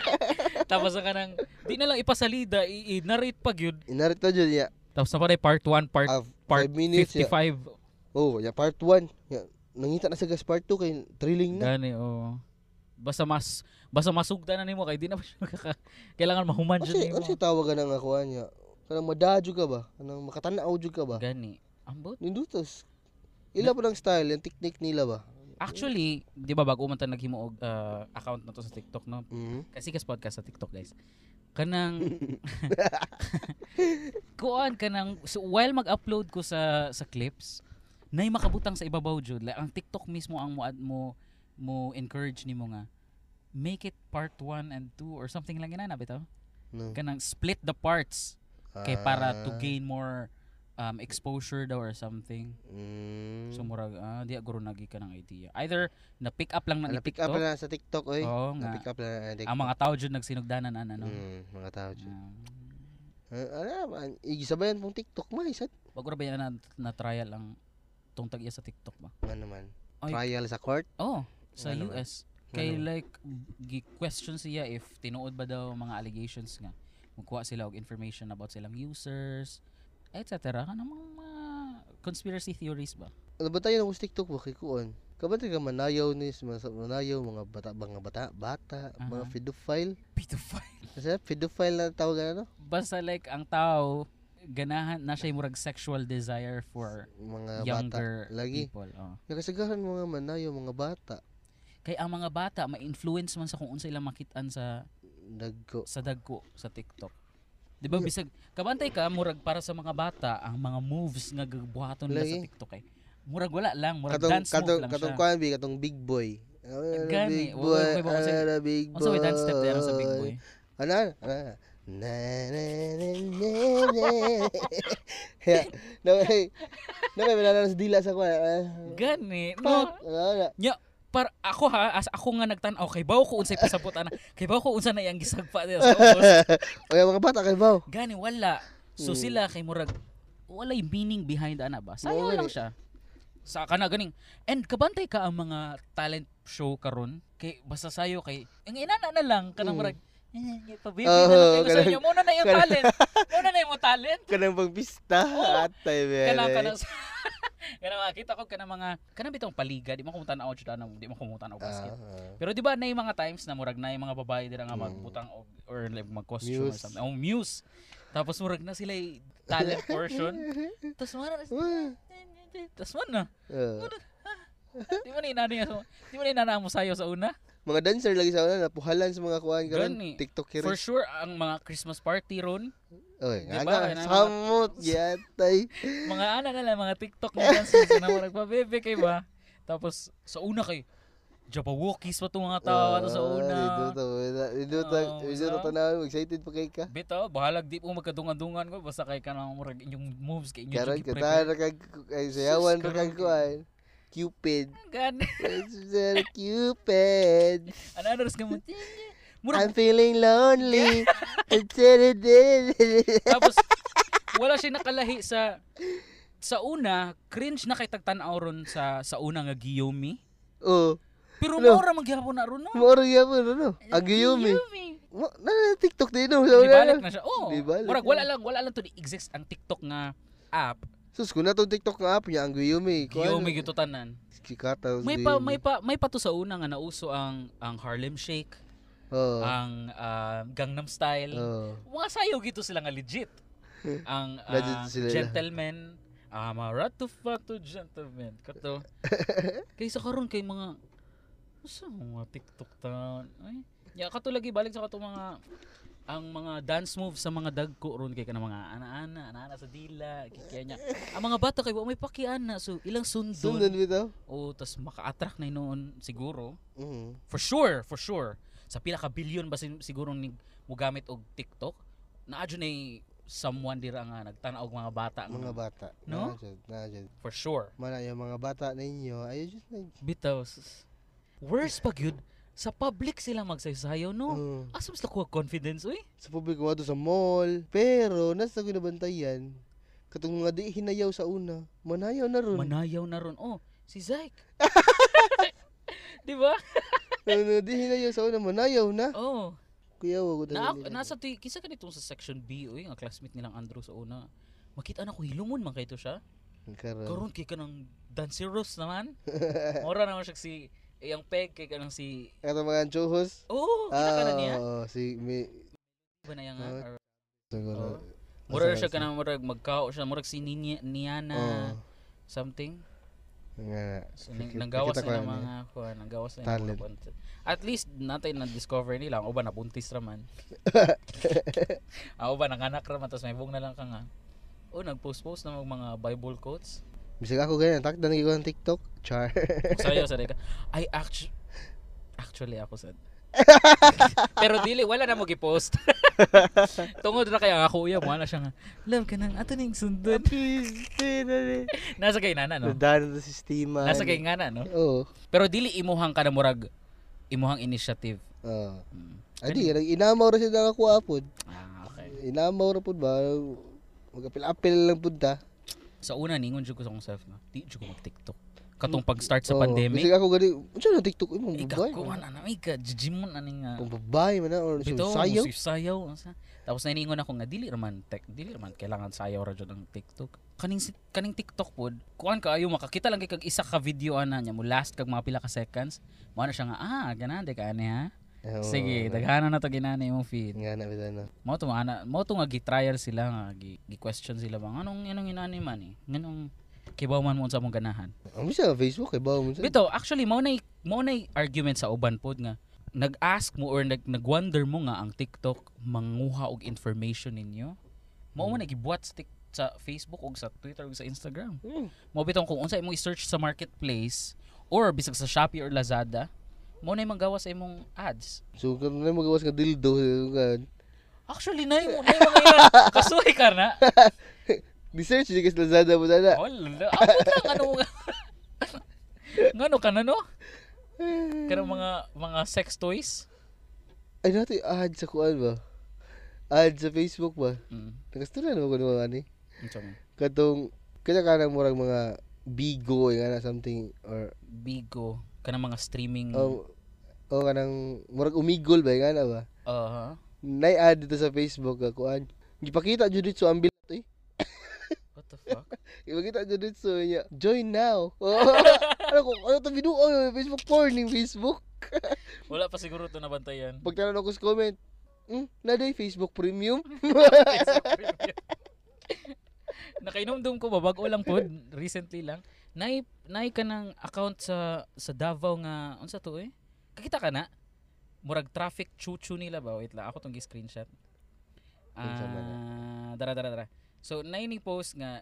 Speaker 1: Tapos ang kanang di na lang ipasalida, i- i-narrate pa gyud.
Speaker 2: Inarito jud ya.
Speaker 1: Tapos na pa rin part 1, part,
Speaker 2: Ah,
Speaker 1: part
Speaker 2: 5 minutes ya.
Speaker 1: 55.
Speaker 2: Oh, ya part 1. Ya, nangita na sa gas part 2 kay thrilling na.
Speaker 1: Gani, oo. Basta mas basta masugda na nimo kay di na pa siya makaka kailangan mahuman jud
Speaker 2: Kasi ano
Speaker 1: nimo.
Speaker 2: siya tawag na nga kuan niya? Kanang madajo ka ba? Kanang makatanaw jud ka ba?
Speaker 1: Gani. Ambot.
Speaker 2: Nindutos. Ila pa ng style, yung technique nila ba?
Speaker 1: Actually, di ba bago man ta naghimo og uh, account na to sa TikTok no?
Speaker 2: Mm.
Speaker 1: Kasi kas podcast sa TikTok guys. Kanang kuan kanang so, while mag-upload ko sa sa clips, nay makabutang sa ibabaw jud. Like, ang TikTok mismo ang mo mo mo encourage nimo nga make it part 1 and 2 or something lang ginana bitaw.
Speaker 2: No.
Speaker 1: Kanang split the parts. kay para to
Speaker 2: Ah.
Speaker 1: gain more um, exposure daw or something.
Speaker 2: Mm.
Speaker 1: So murag ah, di aguro nagi ka ng idea. Either na pick up lang na
Speaker 2: Ah, na-pick up
Speaker 1: TikTok.
Speaker 2: na sa TikTok, oy.
Speaker 1: Oo nga.
Speaker 2: na-pick up eh. na na TikTok.
Speaker 1: Ang mga tao jud nagsinugdanan an ano.
Speaker 2: Mm, mga tao dyan.
Speaker 1: Um,
Speaker 2: Ah, ano ba? Igisabayan pong TikTok mo, eh, isa.
Speaker 1: wag ra ba yan na, na trial ang tong tag-iya sa TikTok ba?
Speaker 2: Ano man.
Speaker 1: Ay.
Speaker 2: Trial sa court.
Speaker 1: Oh, sa
Speaker 2: Ano ba?
Speaker 1: US. Kay
Speaker 2: Ano ba?
Speaker 1: like gi-question siya if tinuod ba daw mga allegations nga magkuha sila og information about silang users, etc. Kanang mga conspiracy theories ba?
Speaker 2: Ano ba tayo nung TikTok ba kay kuon? Kabante ka manayaw ni mga manayaw mga bata mga bata bata
Speaker 1: Aha.
Speaker 2: mga pedophile
Speaker 1: Pedophile.
Speaker 2: kasi pedophile na tawag ano
Speaker 1: basta like ang tao ganahan na siya yung murag sexual desire for
Speaker 2: mga
Speaker 1: younger
Speaker 2: bata lagi
Speaker 1: people. Oh.
Speaker 2: yung kasagaran mga manayaw mga bata
Speaker 1: Kaya ang mga bata ma-influence man sa kung unsa ilang makitaan sa
Speaker 2: nagko
Speaker 1: sa dagko sa TikTok. 'Di ba bisag kabantay ka murag para sa mga bata ang mga moves nga gabuhaton nila sa
Speaker 2: Lagi.
Speaker 1: TikTok kay. Murag wala lang, murag
Speaker 2: katong
Speaker 1: dance
Speaker 2: katong
Speaker 1: move lang
Speaker 2: katong
Speaker 1: siya.
Speaker 2: kuan bi katong big boy. Ano na
Speaker 1: Gani,
Speaker 2: big
Speaker 1: wa-
Speaker 2: boy?
Speaker 1: wa- wa- kasi-
Speaker 2: Ano na big boy?
Speaker 1: Unsa may dance step dahil sa Big Boy?
Speaker 2: Ano? Ano? Na na na na na. Yeah. No way. No way wala na sa dila sa kuan. Ah,
Speaker 1: Gani,
Speaker 2: fuck.
Speaker 1: no.
Speaker 2: Ano na?
Speaker 1: Par ako ha, as ako nga nagtan-aw kay bawo ko unsay pasabot ana. Kay bawo ko unsa na yang gisagpa nila sa ubos.
Speaker 2: Oy mga bata kay baw.
Speaker 1: Gani wala. So
Speaker 2: Mm.
Speaker 1: sila kay murag walay meaning behind ana ba? Sayang
Speaker 2: Wala.
Speaker 1: lang siya. Sa kana ganing. And kabantay ka ang mga talent show karon kay basta sayo kay ang inana na lang kanang
Speaker 2: Mm.
Speaker 1: murag eh, pabibi na
Speaker 2: Oo,
Speaker 1: lang kayo sa
Speaker 2: kanang-
Speaker 1: inyo. Muna na yung
Speaker 2: kanang-
Speaker 1: talent. Muna na yung talent.
Speaker 2: Kanang pagbista atay be.
Speaker 1: Kanang kanang kanang makita ko kanang mga kanang bitong paliga di mo kumutan ako jud anong di mo kumutan og basket. Pero di ba na yung mga times na murag na yung mga babae dira nga
Speaker 2: Mm.
Speaker 1: magbutang og or like mag-costume or
Speaker 2: Muse.
Speaker 1: something. Oh, muse. Tapos murag na sila yung talent portion. Tapos wala na. Tapos wala na. Di mo na inano niya. sa- Di mo na inanaan mo sayo sa una.
Speaker 2: Mga dancer lagi sa una napuhalan sa mga kuan
Speaker 1: Gani.
Speaker 2: karon TikTok
Speaker 1: For
Speaker 2: kiris.
Speaker 1: sure, ang mga Christmas party ron.
Speaker 2: Oy,
Speaker 1: Diba?
Speaker 2: nga
Speaker 1: Ano, mga-
Speaker 2: nga samot yatay.
Speaker 1: Mga ano na lang, mga TikTok na dances na mga nagpabebe kay ba. Tapos sa una kay Jabawokis pa itong mga tao ato sa una.
Speaker 2: Dito, dito,
Speaker 1: Oo,
Speaker 2: dito,
Speaker 1: sa-
Speaker 2: tanaw, excited pa kay ka.
Speaker 1: Bito, bahalag di po magkadungan-dungan ko. Basta kay ka nang murag inyong moves, kay inyong
Speaker 2: Karon
Speaker 1: jiggy
Speaker 2: ka
Speaker 1: prepare.
Speaker 2: tayo kag ay sayawan
Speaker 1: Sus,
Speaker 2: ra kag
Speaker 1: karon.
Speaker 2: kuan. Cupid.
Speaker 1: Gan.
Speaker 2: Sir Cupid.
Speaker 1: Ano ano ras ka mo? Murag
Speaker 2: I'm feeling lonely. It's it did.
Speaker 1: Tapos, wala siya nakalahi sa... Sa una, cringe na kay tagtanaw ron sa sa una nga Giyomi.
Speaker 2: Oh,
Speaker 1: Pero
Speaker 2: Ano?
Speaker 1: mura magyapon na ron no.
Speaker 2: maoro ya mo no. Ang yumi. Mo- Na na- TikTok din no. Sa
Speaker 1: Di balik
Speaker 2: una.
Speaker 1: na siya. Oo.
Speaker 2: Di balik
Speaker 1: Murag
Speaker 2: na.
Speaker 1: wala lang, wala lang to exist ang TikTok nga app.
Speaker 2: Sus ko na tong TikTok nga app niya ang yumi. ano,
Speaker 1: Giyomi gito tanan.
Speaker 2: Kikata.
Speaker 1: May pa may pa may pa to sa una nga nauso ang ang Harlem Shake.
Speaker 2: Oo.
Speaker 1: ang ah, Gangnam Style.
Speaker 2: Oo.
Speaker 1: Mga sayaw gito sila nga legit. Ang ah,
Speaker 2: Legit sila.
Speaker 1: Gentleman, ah, I'm a rat to fuck to gentleman. Kato. Kaysa karon kay mga sa mga TikTok ta. Ay, ya katulad balik sa kato mga ang mga dance moves sa mga dagko ron kay kana mga ana-ana, ana-ana sa dila, kikya niya. Ang mga bata kay wa may pakiana so ilang
Speaker 2: Sundan
Speaker 1: sundon.
Speaker 2: bitaw?
Speaker 1: O tas maka-attract na noon siguro.
Speaker 2: Mhm.
Speaker 1: For sure, for sure. Sa pila ka bilyon ba sin- siguro ning mugamit og TikTok? Naadyo na someone dira nga nagtanaw og mga bata nga,
Speaker 2: Mga bata.
Speaker 1: No?
Speaker 2: Na, jud, na, jud.
Speaker 1: for sure.
Speaker 2: Mana yung mga bata ninyo, ayo just na.
Speaker 1: Bitaw. sus- Worse pa gyud sa public sila magsaysayo no.
Speaker 2: Oo.
Speaker 1: Asa mas nakuha confidence uy?
Speaker 2: Sa publiko nga to sa mall, pero nasa ginabantayan katong mga di hinayaw sa una, manayaw na ron.
Speaker 1: Manayaw na ron. Oh, si Zyke. di ba?
Speaker 2: Ang mga di hinayaw sa una, manayaw na.
Speaker 1: Oh.
Speaker 2: Kuya, wag ko
Speaker 1: Na,
Speaker 2: talaga nila.
Speaker 1: nasa tuy, kisa kanitong sa section B uy, ang classmate nilang Andrew sa una. Makita na ko hilumon man kayto siya.
Speaker 2: Karon.
Speaker 1: Karon kay kanang danceros naman. Mora naman siya si iyang peg kay kanang si
Speaker 2: Kato mga anchohos.
Speaker 1: Oh, kita ka na niya.
Speaker 2: Oo, si mi
Speaker 1: Ba na yan nga?
Speaker 2: Oo.
Speaker 1: Or-
Speaker 2: siguro.
Speaker 1: Oo. Mura na
Speaker 2: Nasa-
Speaker 1: siya kanang murag magkao siya murag si Ninya, Niana
Speaker 2: Oo.
Speaker 1: something.
Speaker 2: Oh, Nga.
Speaker 1: So, nang,
Speaker 2: Nakik-
Speaker 1: nanggawas
Speaker 2: nakita
Speaker 1: na
Speaker 2: ko
Speaker 1: ng
Speaker 2: yan,
Speaker 1: mga kuha, nanggawas na ng mga
Speaker 2: Talent.
Speaker 1: content. At least natay na discover nila ang uban na buntis raman. ang uban nanganak raman tapos may bung na lang ka nga. Oh, nag-post-post na mag- mga Bible quotes.
Speaker 2: Bisag ako ganyan, takdan ko ng TikTok. Char.
Speaker 1: Sayo sa ka. I oh, actu- actually ako sad. Pero dili wala na mo gi-post. Tungod na kay ang ako uya mo na siya nga. Love ka nang ato ning sundon. Nasa kay nana no.
Speaker 2: Nadaan na sistema.
Speaker 1: Nasa kay ngana no.
Speaker 2: Oo.
Speaker 1: Pero dili imuhang kada murag imuhang initiative.
Speaker 2: Oo.
Speaker 1: Mm.
Speaker 2: Ah. Adi, nag inamaw ra siya nakakuapod.
Speaker 1: Ah, okay.
Speaker 2: Inamaw ra pud ba? Magapil-apil lang pud ta.
Speaker 1: Sa una ningon jud ko sa akong self na. Di jud ko mag-TikTok. Katong pag-start
Speaker 2: Oh,
Speaker 1: sa pandemic.
Speaker 2: Bisag ako gani, unsa na TikTok imong
Speaker 1: Ikaw
Speaker 2: babay?
Speaker 1: ko na na ika jijimon aning nga.
Speaker 2: Kung babay man na, or
Speaker 1: Bito,
Speaker 2: sayo.
Speaker 1: si sayaw. unsa. Tapos naningon ako nga, dili raman, tek, dili raman, kailangan sayaw ra dyan ang TikTok. Kaning, si- kaning TikTok pod, kuan ka ayo makakita lang kay kag isa ka video ana niya mo last kag mga pila ka seconds. Mao na siya nga ah, ganan de ka ani ha.
Speaker 2: Oo,
Speaker 1: Sige,
Speaker 2: nga.
Speaker 1: daghanan na to ginani imong feed.
Speaker 2: Nga na bitan na.
Speaker 1: Mao to nga ana, mao to nga gi-trial sila nga gi- gi-question sila ba anong anong inani man eh. Nganong kibaw man mo unsa mong ganahan.
Speaker 2: Ang bisa Ah, Facebook kay bawo mo sa.
Speaker 1: Bito, actually mao nay mao nay argument sa uban pod nga nag-ask mo or nag nagwonder mo nga ang TikTok manguha og information ninyo. Mao man nagibuhat sa, Tik- sa Facebook og sa Twitter og sa Instagram.
Speaker 2: Hmm.
Speaker 1: Mao bitong kung unsa imong i-search sa marketplace or bisag sa Shopee or Lazada, mao nay manggawa sa imong ads.
Speaker 2: So kan kung na magawas ka dildo, kan.
Speaker 1: Actually nay mo nay mga yan. Kasuhi ka na.
Speaker 2: Research di ka sa Lazada mo na.
Speaker 1: Wala. Ako lang ano nga. Ngano ka na no? Kaya mga mga sex toys.
Speaker 2: Ay nato yung ad sa kuan ba? Ad sa Facebook ba?
Speaker 1: Mm.
Speaker 2: Nakastulan mo ko naman ani.
Speaker 1: Unsa man?
Speaker 2: Katong kada ka ng murag mga bigo nga na something or
Speaker 1: Bigo kana mga streaming. Oh.
Speaker 2: o o kanang murag umigol ba nga na ba?
Speaker 1: Uh,
Speaker 2: Nay ad dito sa Facebook ka kuan. Gipakita jud dito ang bilat eh.
Speaker 1: what the fuck?
Speaker 2: Ipakita jud dito niya. Join now. Oh, ano ko ano to video oh, Facebook porn yung Facebook.
Speaker 1: Wala pa siguro to nabantayan.
Speaker 2: Pagtanan ako sa comment. Hmm, naday Facebook premium.
Speaker 1: Nakainumdum ko ba bago lang pod recently lang. Nay nay ka ng account sa sa Davao nga unsa to eh? Kakita ka na? Murag traffic chuchu nila ba? Wait lang, ako tong gi-screenshot.
Speaker 2: Unsa man
Speaker 1: Ah, dara dara dara. So nay ni post nga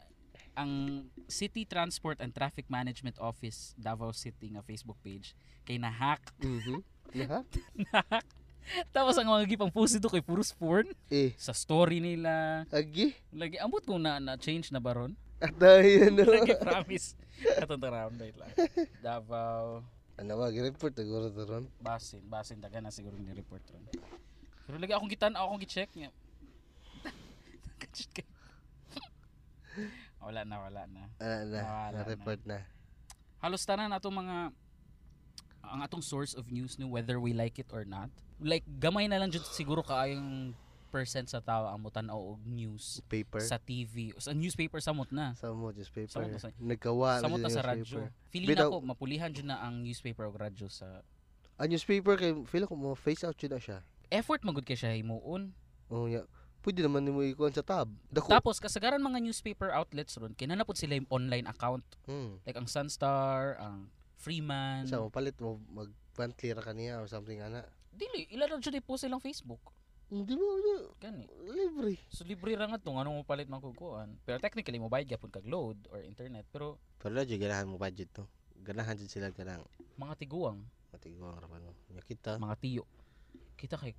Speaker 1: ang City Transport and Traffic Management Office Davao City nga Facebook page kay nahack.
Speaker 2: Mhm. Aha.
Speaker 1: nahack. Tapos ang mga gipang post dito kay puros porn
Speaker 2: Eh,
Speaker 1: sa story nila.
Speaker 2: agi.
Speaker 1: Lagi ambot ko na na change na baron.
Speaker 2: Atay ano.
Speaker 1: Lagi promise. Atong round date lang. Davao,
Speaker 2: Ano ba, gireport na guro to ron.
Speaker 1: Basin, Basin daga na siguro ni report ron. Pero lagi akong gitan, akong gi-check nga. Kachit ka. wala na, wala na.
Speaker 2: Ano na,
Speaker 1: Wala na.
Speaker 2: na-report na.
Speaker 1: Halos tanan ato mga ang atong source of news ni whether we like it or not. Like gamay na lang jud siguro kaayong percent sa tao ang mutan-aw og news
Speaker 2: Paper.
Speaker 1: sa TV, sa newspaper samot na.
Speaker 2: Sa mo, just paper.
Speaker 1: Samot na sa-
Speaker 2: Nagkawa.
Speaker 1: Samot na
Speaker 2: siya
Speaker 1: sa
Speaker 2: ng
Speaker 1: radyo.
Speaker 2: paper.
Speaker 1: Feeling
Speaker 2: Bitaw-
Speaker 1: ako, mapulihan dyan na ang newspaper o radyo sa
Speaker 2: A Ah, newspaper kay feel ko mo face out yun na siya.
Speaker 1: effort magud kay siya himuon.
Speaker 2: Oh, yeah. Pwede naman nimo ikuan sa tab. Dako.
Speaker 1: Tapos kasagaran mga newspaper outlets ron kinana pud sila yung online account
Speaker 2: Hmm.
Speaker 1: like ang Sunstar, ang Freeman.
Speaker 2: Sa mo palit mo mag pantli ra kaniya or something ana.
Speaker 1: dili ila ra jud i-post silang Facebook.
Speaker 2: Hindi mo ano,
Speaker 1: Gani.
Speaker 2: libre.
Speaker 1: So libre ra nga to ano mo palit man kukuan. Pero technically mo bayad gyapon kag load or internet pero
Speaker 2: Pero na jud ganahan mo budget to. Ganahan jud sila ganang
Speaker 1: mga tiguang,
Speaker 2: matiguang ra pano. Nya kita.
Speaker 1: mga tiyo. Kita kay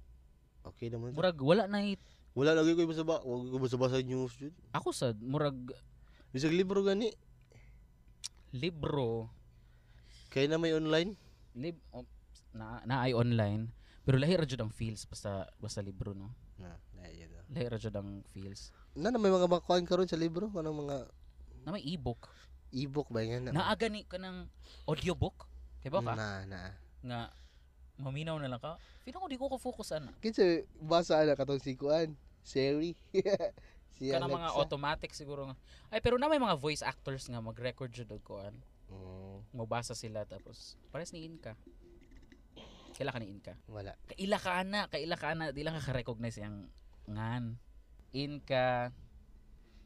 Speaker 2: Okay naman. to.
Speaker 1: murag wala na it-
Speaker 2: Wala lagi ko ibasaba, wag ko ibasaba sa news jud.
Speaker 1: ako sad murag
Speaker 2: Bisag libro gani.
Speaker 1: libro
Speaker 2: Kay na may online.
Speaker 1: lib oh, na naay online pero lahi ra jud ang feels basta basta libro no
Speaker 2: Na, na yun. ah.
Speaker 1: lahi ra jud ang feels
Speaker 2: Na na may mga makuan karon sa libro, kanang mga
Speaker 1: na may ebook
Speaker 2: e-book ba yan? na? ah?
Speaker 1: naaga ni kanang audiobook kay ba ka
Speaker 2: Na, na.
Speaker 1: nga maminaw na lang ka feeling ko di ko ano? ka focus ana
Speaker 2: Kinsa basa na katong si kuan, Siri. si
Speaker 1: kanang mga
Speaker 2: Alexa.
Speaker 1: automatic siguro nga ay pero na may mga voice actors nga mag-record jud og kuan
Speaker 2: Mm,
Speaker 1: mabasa sila tapos pares ni Inka kaila ka ni Inka
Speaker 2: wala.
Speaker 1: kaila ka ana kaila ka ana di lang ka recognize yang ngan Inka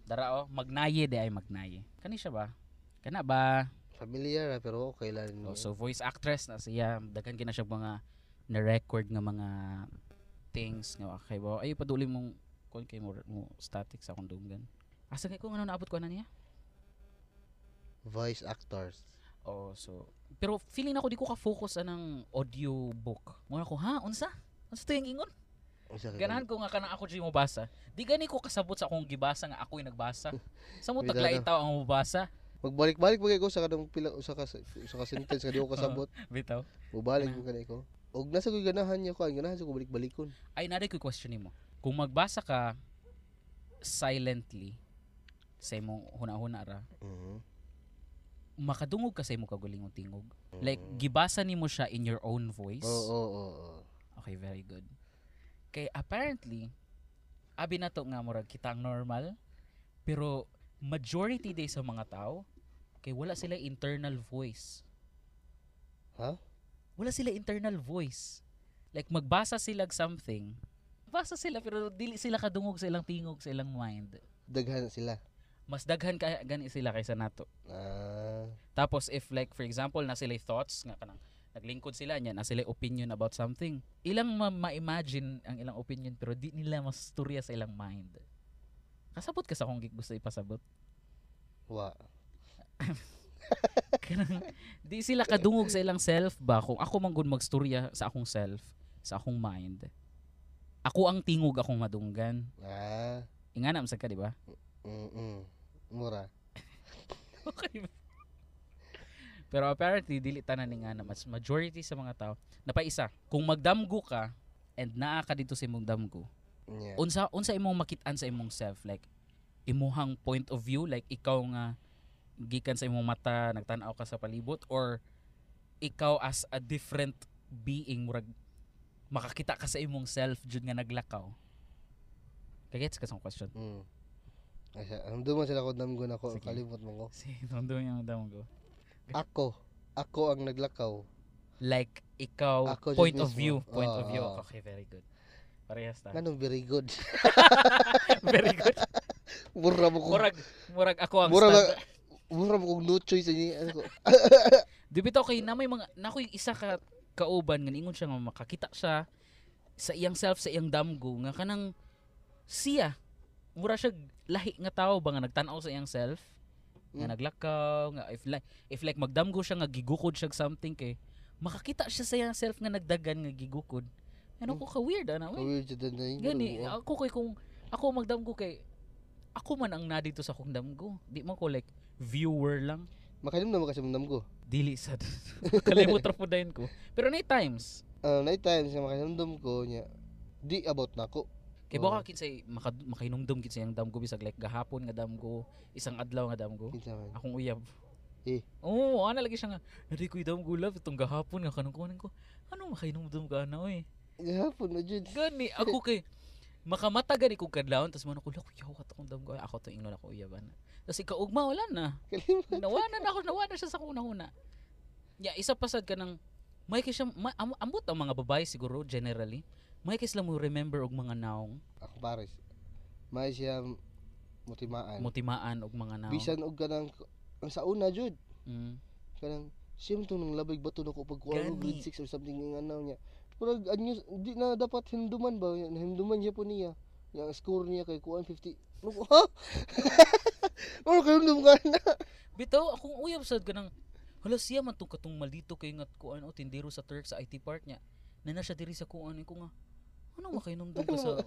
Speaker 1: dara oh magnaye di ay magnaye kani siya ba kana ba
Speaker 2: Familiar ah, pero okay lang.
Speaker 1: Oh, so voice actress na siya daghan kina siya mga na-record nga mga things nga kay ba ay paduli mong kon kay mo, mo static sa akong dunggan asa kay kung ano naabot ko na niya
Speaker 2: Voice actors.
Speaker 1: Oh, so pero feeling ako di ko ka focus anang audiobook. Mura ko ha, unsa? Unsa to yung ingon?
Speaker 2: Unsa ka
Speaker 1: Ganahan ko nga kana ako di mo basa. Di gani ko kasabot sa akong gibasa nga ako'y nagbasa. Sa mo taglay
Speaker 2: Bitaw.
Speaker 1: taw ang mubasa.
Speaker 2: Magbalik-balik ba ko sa kanang pila usa ka usa ka sentence kadi ko kasabot.
Speaker 1: Bitaw.
Speaker 2: Mubalik ko kanay ko. Og nasa ko ganahan niya ko, ganahan sa ko balik-balikon.
Speaker 1: Ay naday ko question mo. Kung magbasa ka silently sa imong huna-huna ra, Mm-hmm.
Speaker 2: Mhm.
Speaker 1: makadungog ka sa imong kagulingong tingog. Like gibasa nimo siya in your own voice.
Speaker 2: Mm-hmm. Mm. Oo, oo, oo.
Speaker 1: Okay, very good. Kay apparently, abi na to nga murag kitang normal, pero majority day sa mga tao, kay wala sila internal voice.
Speaker 2: Ha?
Speaker 1: Wala sila internal voice. Like magbasa sila og something, basa sila pero dili sila kadungog sa ilang tingog sa ilang mind.
Speaker 2: Daghan na sila.
Speaker 1: Mas daghan ka gani sila kaysa nato.
Speaker 2: Ah.
Speaker 1: Tapos if like for example na sila thoughts nga kanang naglingkod sila niya na sila opinion about something ilang ma- ma-imagine ang ilang opinion pero di nila masturya sa ilang mind kasabot ka sa kung gig- gusto ipasabot
Speaker 2: Wa.
Speaker 1: Kanang di sila kadungog sa ilang self ba kung ako man gud magstorya sa akong self sa akong mind ako ang tingog akong madunggan
Speaker 2: Ah.
Speaker 1: ingana sa ka di ba
Speaker 2: Mm. Mura.
Speaker 1: okay pero apparently dili tanan ni nga na mas majority sa mga tao napaisa kung magdamgo ka and naa ka dito sa imong damgo
Speaker 2: Yeah.
Speaker 1: unsa unsa imong makit-an sa imong self like imuhang point of view like ikaw nga gikan sa imong mata nagtan-aw ka sa palibot or ikaw as a different being murag makakita ka sa imong self jud nga naglakaw Kagets ka sa akong question.
Speaker 2: Mm. Ay, siya. Ang duman sila ko damgo na ko.
Speaker 1: Sige.
Speaker 2: Kalimot mo ko.
Speaker 1: Si Tondo yung damo ko.
Speaker 2: Ako. Ako ang naglakaw.
Speaker 1: Like, ikaw,
Speaker 2: Ako jud
Speaker 1: point of
Speaker 2: mismo.
Speaker 1: view. Point
Speaker 2: Oo,
Speaker 1: of view.
Speaker 2: oo.
Speaker 1: Okay, very good. Parehas tayo.
Speaker 2: Ganun, very good.
Speaker 1: very good.
Speaker 2: Mura mo ko.
Speaker 1: Murag, murag ako ang
Speaker 2: Mura
Speaker 1: stand-
Speaker 2: ba- Mura mo kong no choice niya. Ano ko?
Speaker 1: Di bitaw kay na may mga na ko yung isa ka kauban nga ingon siya nga makakita siya sa iyang self sa iyang damgo nga kanang siya mura siya lahi nga tao ba nga nagtan-aw sa iyang self nga
Speaker 2: Mm.
Speaker 1: naglakaw nga if like if like magdamgo siya nga gigukod siya og something kay makakita siya sa iyang self nga nagdagan nga gigukod
Speaker 2: Mm.
Speaker 1: ano ko ka weird ana we
Speaker 2: Weird siya doon na yun.
Speaker 1: gani ah. eh,
Speaker 2: Oo.
Speaker 1: ako kay kung ako magdamgo kay ako man ang nadito sa akong damgo di man ko like viewer lang
Speaker 2: Makalim na makasamdam ko.
Speaker 1: dili sad kalimot ra po dayon ko pero na times
Speaker 2: Uh, night times na makasamdam ko niya. Di about na ko.
Speaker 1: kay
Speaker 2: Oo.
Speaker 1: baka kinsay maka, makainumdum kinsay ang damgo bisag like gahapon nga damgo isang adlaw nga damgo
Speaker 2: Kinsa man.
Speaker 1: akong uyab
Speaker 2: Eh.
Speaker 1: oo ana lagi siya nga nari ko damgo love itong gahapon nga kanang kunin ko ano makainumdum ka na oy
Speaker 2: Gahapon oh, na jud.
Speaker 1: gani ako kay makamata gani kog kadlawon tas man ako lako yaw ka akong damgo ako to ingnon ako uyaban tas ikaugma wala na
Speaker 2: Kalimot.
Speaker 1: nawanan ako nawanan siya sa kuna-huna. Ya, isa pa sad ka ng May kay siya may, am, ambot ang mga babae siguro generally. May kay sila mo remember og mga naong,
Speaker 2: Ako pares. May siya mutimaan.
Speaker 1: mutimaan og mga naong.
Speaker 2: Bisan og kanang ang sa una jud
Speaker 1: Mm.
Speaker 2: kanang siyem to nang labig bato nako pag kuha
Speaker 1: Gani.
Speaker 2: ko grade 6 or something yung ano niya. Pero anyo di na dapat hinduman ba? Hinduman niya po niya. Yang score niya kay kuan 50. Ano ha? Ano kayo hindum ka na?
Speaker 1: Bitaw akong uyab sad ka ng hala siya man tong katong malito kay nga kuan o tindero sa Turk sa IT park niya. Nana siya diri sa kuan ko nga. Ano makainom dun ka sa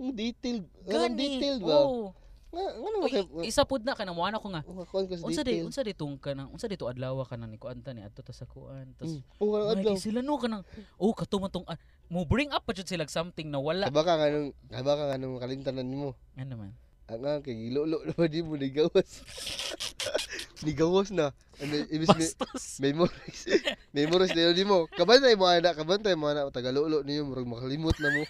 Speaker 2: Ang detailed. Ang
Speaker 1: Gani, Oh.
Speaker 2: detailed ba?
Speaker 1: oo.
Speaker 2: Nga ano
Speaker 1: Uy,
Speaker 2: kayo?
Speaker 1: isa pud na kana mo anak ko nga.
Speaker 2: Kuan ka sa
Speaker 1: Unsa day
Speaker 2: detailed.
Speaker 1: unsa day tong kana unsa day to adlaw ka na ni kuan ta ni adto ta sa kuan tas
Speaker 2: Mm. Oo, kanang
Speaker 1: Mga
Speaker 2: adlaw.
Speaker 1: kay sila no kanang oh katuman tong ah, mo bring up pa jud sila og something na wala.
Speaker 2: Kaba ka nganong kaba ka nganong kalimtanan mo.
Speaker 1: Ano man.
Speaker 2: Ang nga kay gilolo na ba di mo nigawas. nigawas na. Ano ibis may
Speaker 1: Bastos.
Speaker 2: memories. memories na yun di mo. Kabantay mo ana, kabantay mo ana tagalolo niyo murag makalimot na mo.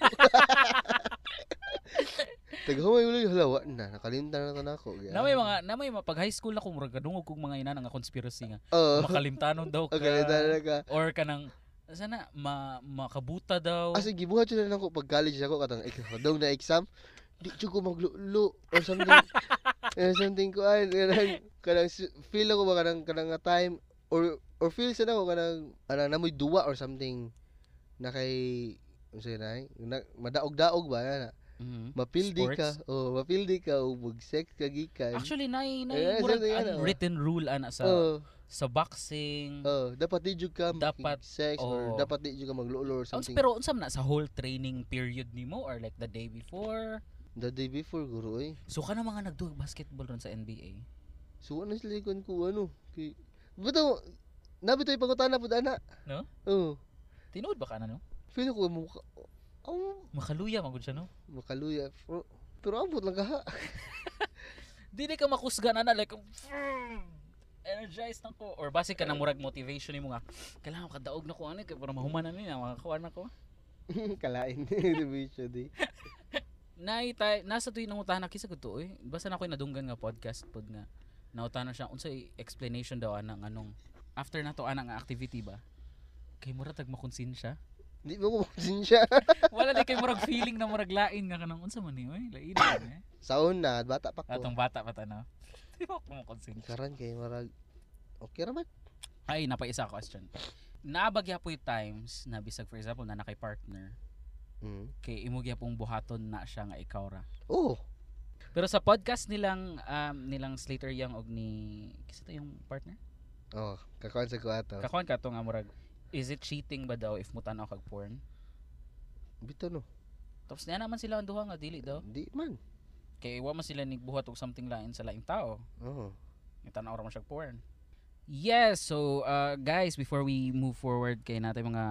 Speaker 2: Tagahumay ulo yung halawa na nakalimtan na to nako.
Speaker 1: Na may mga na may mga pag high school na ko murag kadungog kog mga ina nga conspiracy nga
Speaker 2: Oo.
Speaker 1: makalimtanon daw
Speaker 2: Ang kalimtan
Speaker 1: ka
Speaker 2: na ka.
Speaker 1: or kanang sana ma makabuta daw.
Speaker 2: Asa gibuhat yun na nako pag college ako katang ek- daw na "Eh, exam. Di jud ko maglolo or something. or something kan, ko ay kanang kanang s- feel ako ba kanang kanang nga time or or feel sa ako kanang kanang namoy duwa or something na kay unsa yun ay? na madaog-daog ba na
Speaker 1: Mhm.
Speaker 2: Mapildi ka.
Speaker 1: Sports?
Speaker 2: Oh, mapildi ka o mag-sex ka gikan.
Speaker 1: Actually nay nay
Speaker 2: Eh,
Speaker 1: murag
Speaker 2: something ano.
Speaker 1: unwritten rule ana sa
Speaker 2: kan. oh,
Speaker 1: sa boxing.
Speaker 2: oh, dapat di jud ka
Speaker 1: Dapat,
Speaker 2: sex
Speaker 1: oh.
Speaker 2: or dapat di jud ka maglolo or
Speaker 1: Unsa-
Speaker 2: something.
Speaker 1: pero unsa man na sa whole training period nimo or like the day before?
Speaker 2: The day before guro eh.
Speaker 1: So kana mga nagduwag basketball ron sa NBA.
Speaker 2: So ano sila ikon ko ano? Kay Buto nabitoy pangutana pud ana.
Speaker 1: No?
Speaker 2: Oh.
Speaker 1: Tinuod ba ka na no?
Speaker 2: Feel ko mukha oh,
Speaker 1: Makaluya magud siya no.
Speaker 2: makaluya. Pero, pero ambot lang ka ha.
Speaker 1: Dili ka makusga na na like "Mm, energized na ko or basic ka na murag motivation nimo nga kailangan ka daog na ko ano kay para mahumanan ni na makakuha na ko.
Speaker 2: Kalain revision day.
Speaker 1: Nay tay nasa tuig nangutahan na kisa to eh. Basta na ako'y nadunggan nga podcast pod nga nautahan siya unsay explanation daw anang anong after nato anang activity ba? Kay mura tag makonsensya.
Speaker 2: Di mo ko siya.
Speaker 1: Wala di kay murag feeling na murag lain nga kanang unsa man ni oy, lain man eh.
Speaker 2: Saon na bata pa ko.
Speaker 1: Atong bata pa tanaw. Di ba ako makonsensya?
Speaker 2: Karan kay marag Okay ra man.
Speaker 1: Ay, napaisa ako question. Naabagya po yung times na bisag for example na nakay partner
Speaker 2: Mm.
Speaker 1: kay imo gyapong buhaton na siya nga ikaw ra.
Speaker 2: Oh,
Speaker 1: Pero sa podcast nilang um, nilang Slater Young og ni kisa to yung partner?
Speaker 2: Oh, kakuan sa ko ato.
Speaker 1: Kakuan ka to nga murag is it cheating ba daw if mutanaw kag porn?
Speaker 2: Bito no.
Speaker 1: Tapos niya naman sila ang duha nga dili daw.
Speaker 2: Di man.
Speaker 1: Kay wa man sila nigbuhat og something lain sa laing tao.
Speaker 2: Oh.
Speaker 1: Itanaw ra man siya og porn. Yes, so uh, guys, before we move forward kay natin mga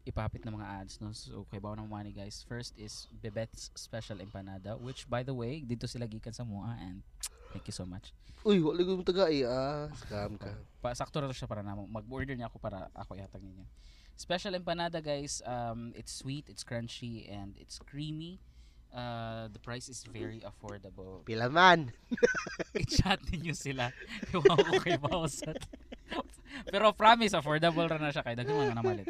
Speaker 1: ipahapit na mga ads, no? So, kay bawa ng money, guys. First is Bebet's Special Empanada, which, by the way, dito sila gikan sa mua, and thank you so much.
Speaker 2: Uy, wala ko taga eh. Ah, scam ka.
Speaker 1: Pa, sakto na to siya para namo. Mag-order niya ako para ako ihatag ninyo. Special Empanada, guys. Um, it's sweet, it's crunchy, and it's creamy. Uh, the price is very affordable.
Speaker 2: Pila man.
Speaker 1: i-chat ninyo sila. Iwan ko kay Bawsat. Pero promise, affordable rin na siya kay Dagdag mga namalit.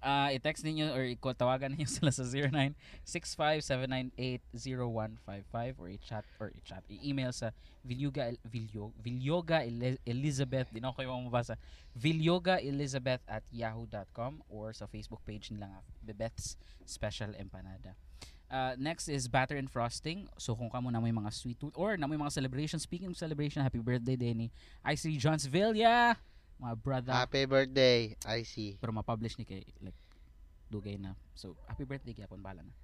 Speaker 1: Ah, i-text ninyo or i-tawagan ninyo sila sa 0965-798-0155 or i-chat or i-chat. I-email sa Vilyoga, El- Vilyo, Vilyoga Ele- Elizabeth, di na ako kayo mabasa, Vilyoga Elizabeth at yahoo.com or sa Facebook page nila nga, Bebeth's Special Empanada. Uh, next is batter and frosting. So kung kamo na may mga sweet tooth or na may mga celebration. Speaking of celebration, happy birthday Denny. I see Johns Villa. Mga brother.
Speaker 2: Happy birthday. I see.
Speaker 1: Pero ma-publish ni kay like dugay na. So happy birthday gyapon bala na.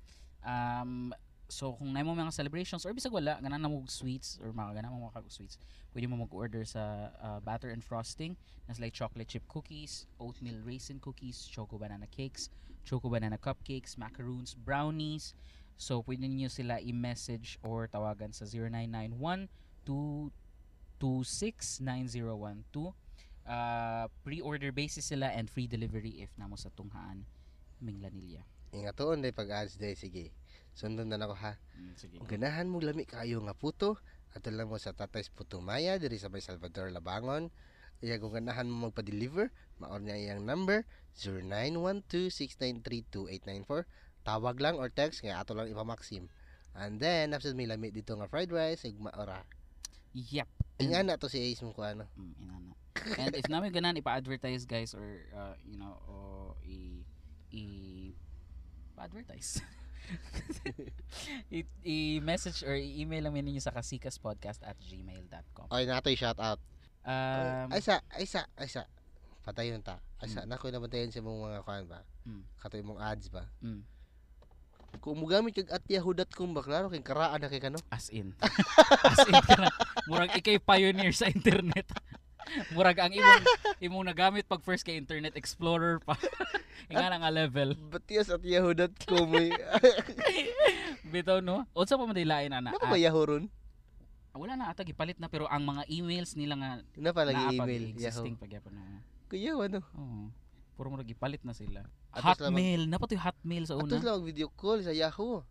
Speaker 1: Um so kung naay mo mga celebrations or bisag wala ganan na mo og sweets or mga ganan mo mga sweets, pwede mo mag-order sa uh, batter and frosting. Nas like chocolate chip cookies, oatmeal raisin cookies, choco banana cakes, choco banana cupcakes, macaroons, brownies. So pwede niyo sila i-message or tawagan sa 0991 226-9012. Uh, pre-order basis sila and free delivery if namo sa tunghaan Minglanilla.
Speaker 2: Ingatoon day pag-ads day. Sige. Sundan na ako ha.
Speaker 1: Mm, sige.
Speaker 2: Kung ganahan mo lami kayo nga puto, ato lang mo sa Tatay's Putumaya, diri sa May Salvador Labangon. Iya kung ganahan mo magpa-deliver, Maor niya iyang number 0912-693-2894. Tawag lang or text nga ato lang ipa-maxim. And then, after may lamit dito nga fried rice, ug maora.
Speaker 1: Yep.
Speaker 2: Ingan na to si Ace mong kuano.
Speaker 1: Mm, inana. And if namin ganan ipa-advertise guys or uh, you know o i i advertise I- i-message or i-email lang ninyo sa kasikaspodcast at gmail.com
Speaker 2: Okay, natoy shout out.
Speaker 1: um,
Speaker 2: ay sa, ay sa, ay sa. Patayon ta. Ay sa, nakoy nabantayan sa mong mga kuan ba?
Speaker 1: Mm.
Speaker 2: Katoy mong ads ba?
Speaker 1: mm,
Speaker 2: Kung mugamit kag at yahoo.com ba, klaro kay karaan na kay kano.
Speaker 1: as in as in ka na. murag ikay pioneer sa internet murag ang imong imong nagamit pag first kay internet explorer pa ingana nga level
Speaker 2: Batias at yahoo.com eh.
Speaker 1: bitaw no unsa pa man dilain ana
Speaker 2: Ano ba yahoo ron?
Speaker 1: Ah, wala na ata gipalit na pero ang mga emails nila nga
Speaker 2: Na pala email yahoo.
Speaker 1: existing pagyapon na.
Speaker 2: Kuya ano?
Speaker 1: Oo. Puro mo gipalit na sila.
Speaker 2: Atos lang mag-
Speaker 1: hotmail, napatoy hotmail sa
Speaker 2: Atos Oh.
Speaker 1: una.
Speaker 2: lang mag video call sa yahoo.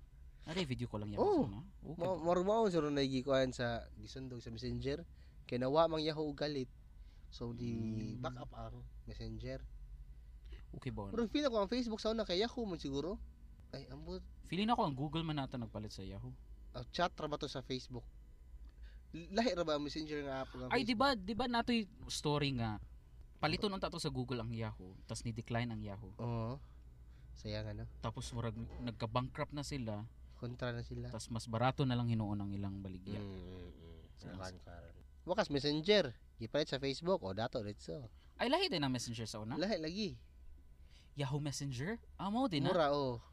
Speaker 1: Are video ko lang yan
Speaker 2: Oo.
Speaker 1: sa una. Okay.
Speaker 2: Mo marumaon sa ron nagikuan sa gisundog sa messenger. Kay nawa mang yahoo og galit. So di
Speaker 1: Mm.
Speaker 2: back up ang messenger.
Speaker 1: Okay ba?
Speaker 2: Pero feel ko ang Facebook sa una kay yahoo man siguro. Ay ambot.
Speaker 1: Feeling ako ang Google man nata nagpalit sa Yahoo.
Speaker 2: Ah, chat ra ba to sa Facebook? Lahi ra ba ang messenger nga app nga?
Speaker 1: Ay, di ba? Di ba natoy story nga paliton unta to sa Google ang Yahoo, tas ni decline ang Yahoo.
Speaker 2: Oo. Sayang ano.
Speaker 1: Tapos murag nagka-bankrupt na sila,
Speaker 2: Kontra na sila.
Speaker 1: tas mas barato na lang hinuon ang ilang
Speaker 2: Mm,
Speaker 1: baligya. Sa
Speaker 2: Mm-hmm.
Speaker 1: karon,
Speaker 2: Wakas messenger. Gipalit sa Facebook o dato dito.
Speaker 1: Ay lahi din ang Messenger sa una.
Speaker 2: Lahi lagi.
Speaker 1: Yahoo Messenger? Ah, mao din na.
Speaker 2: Mura o.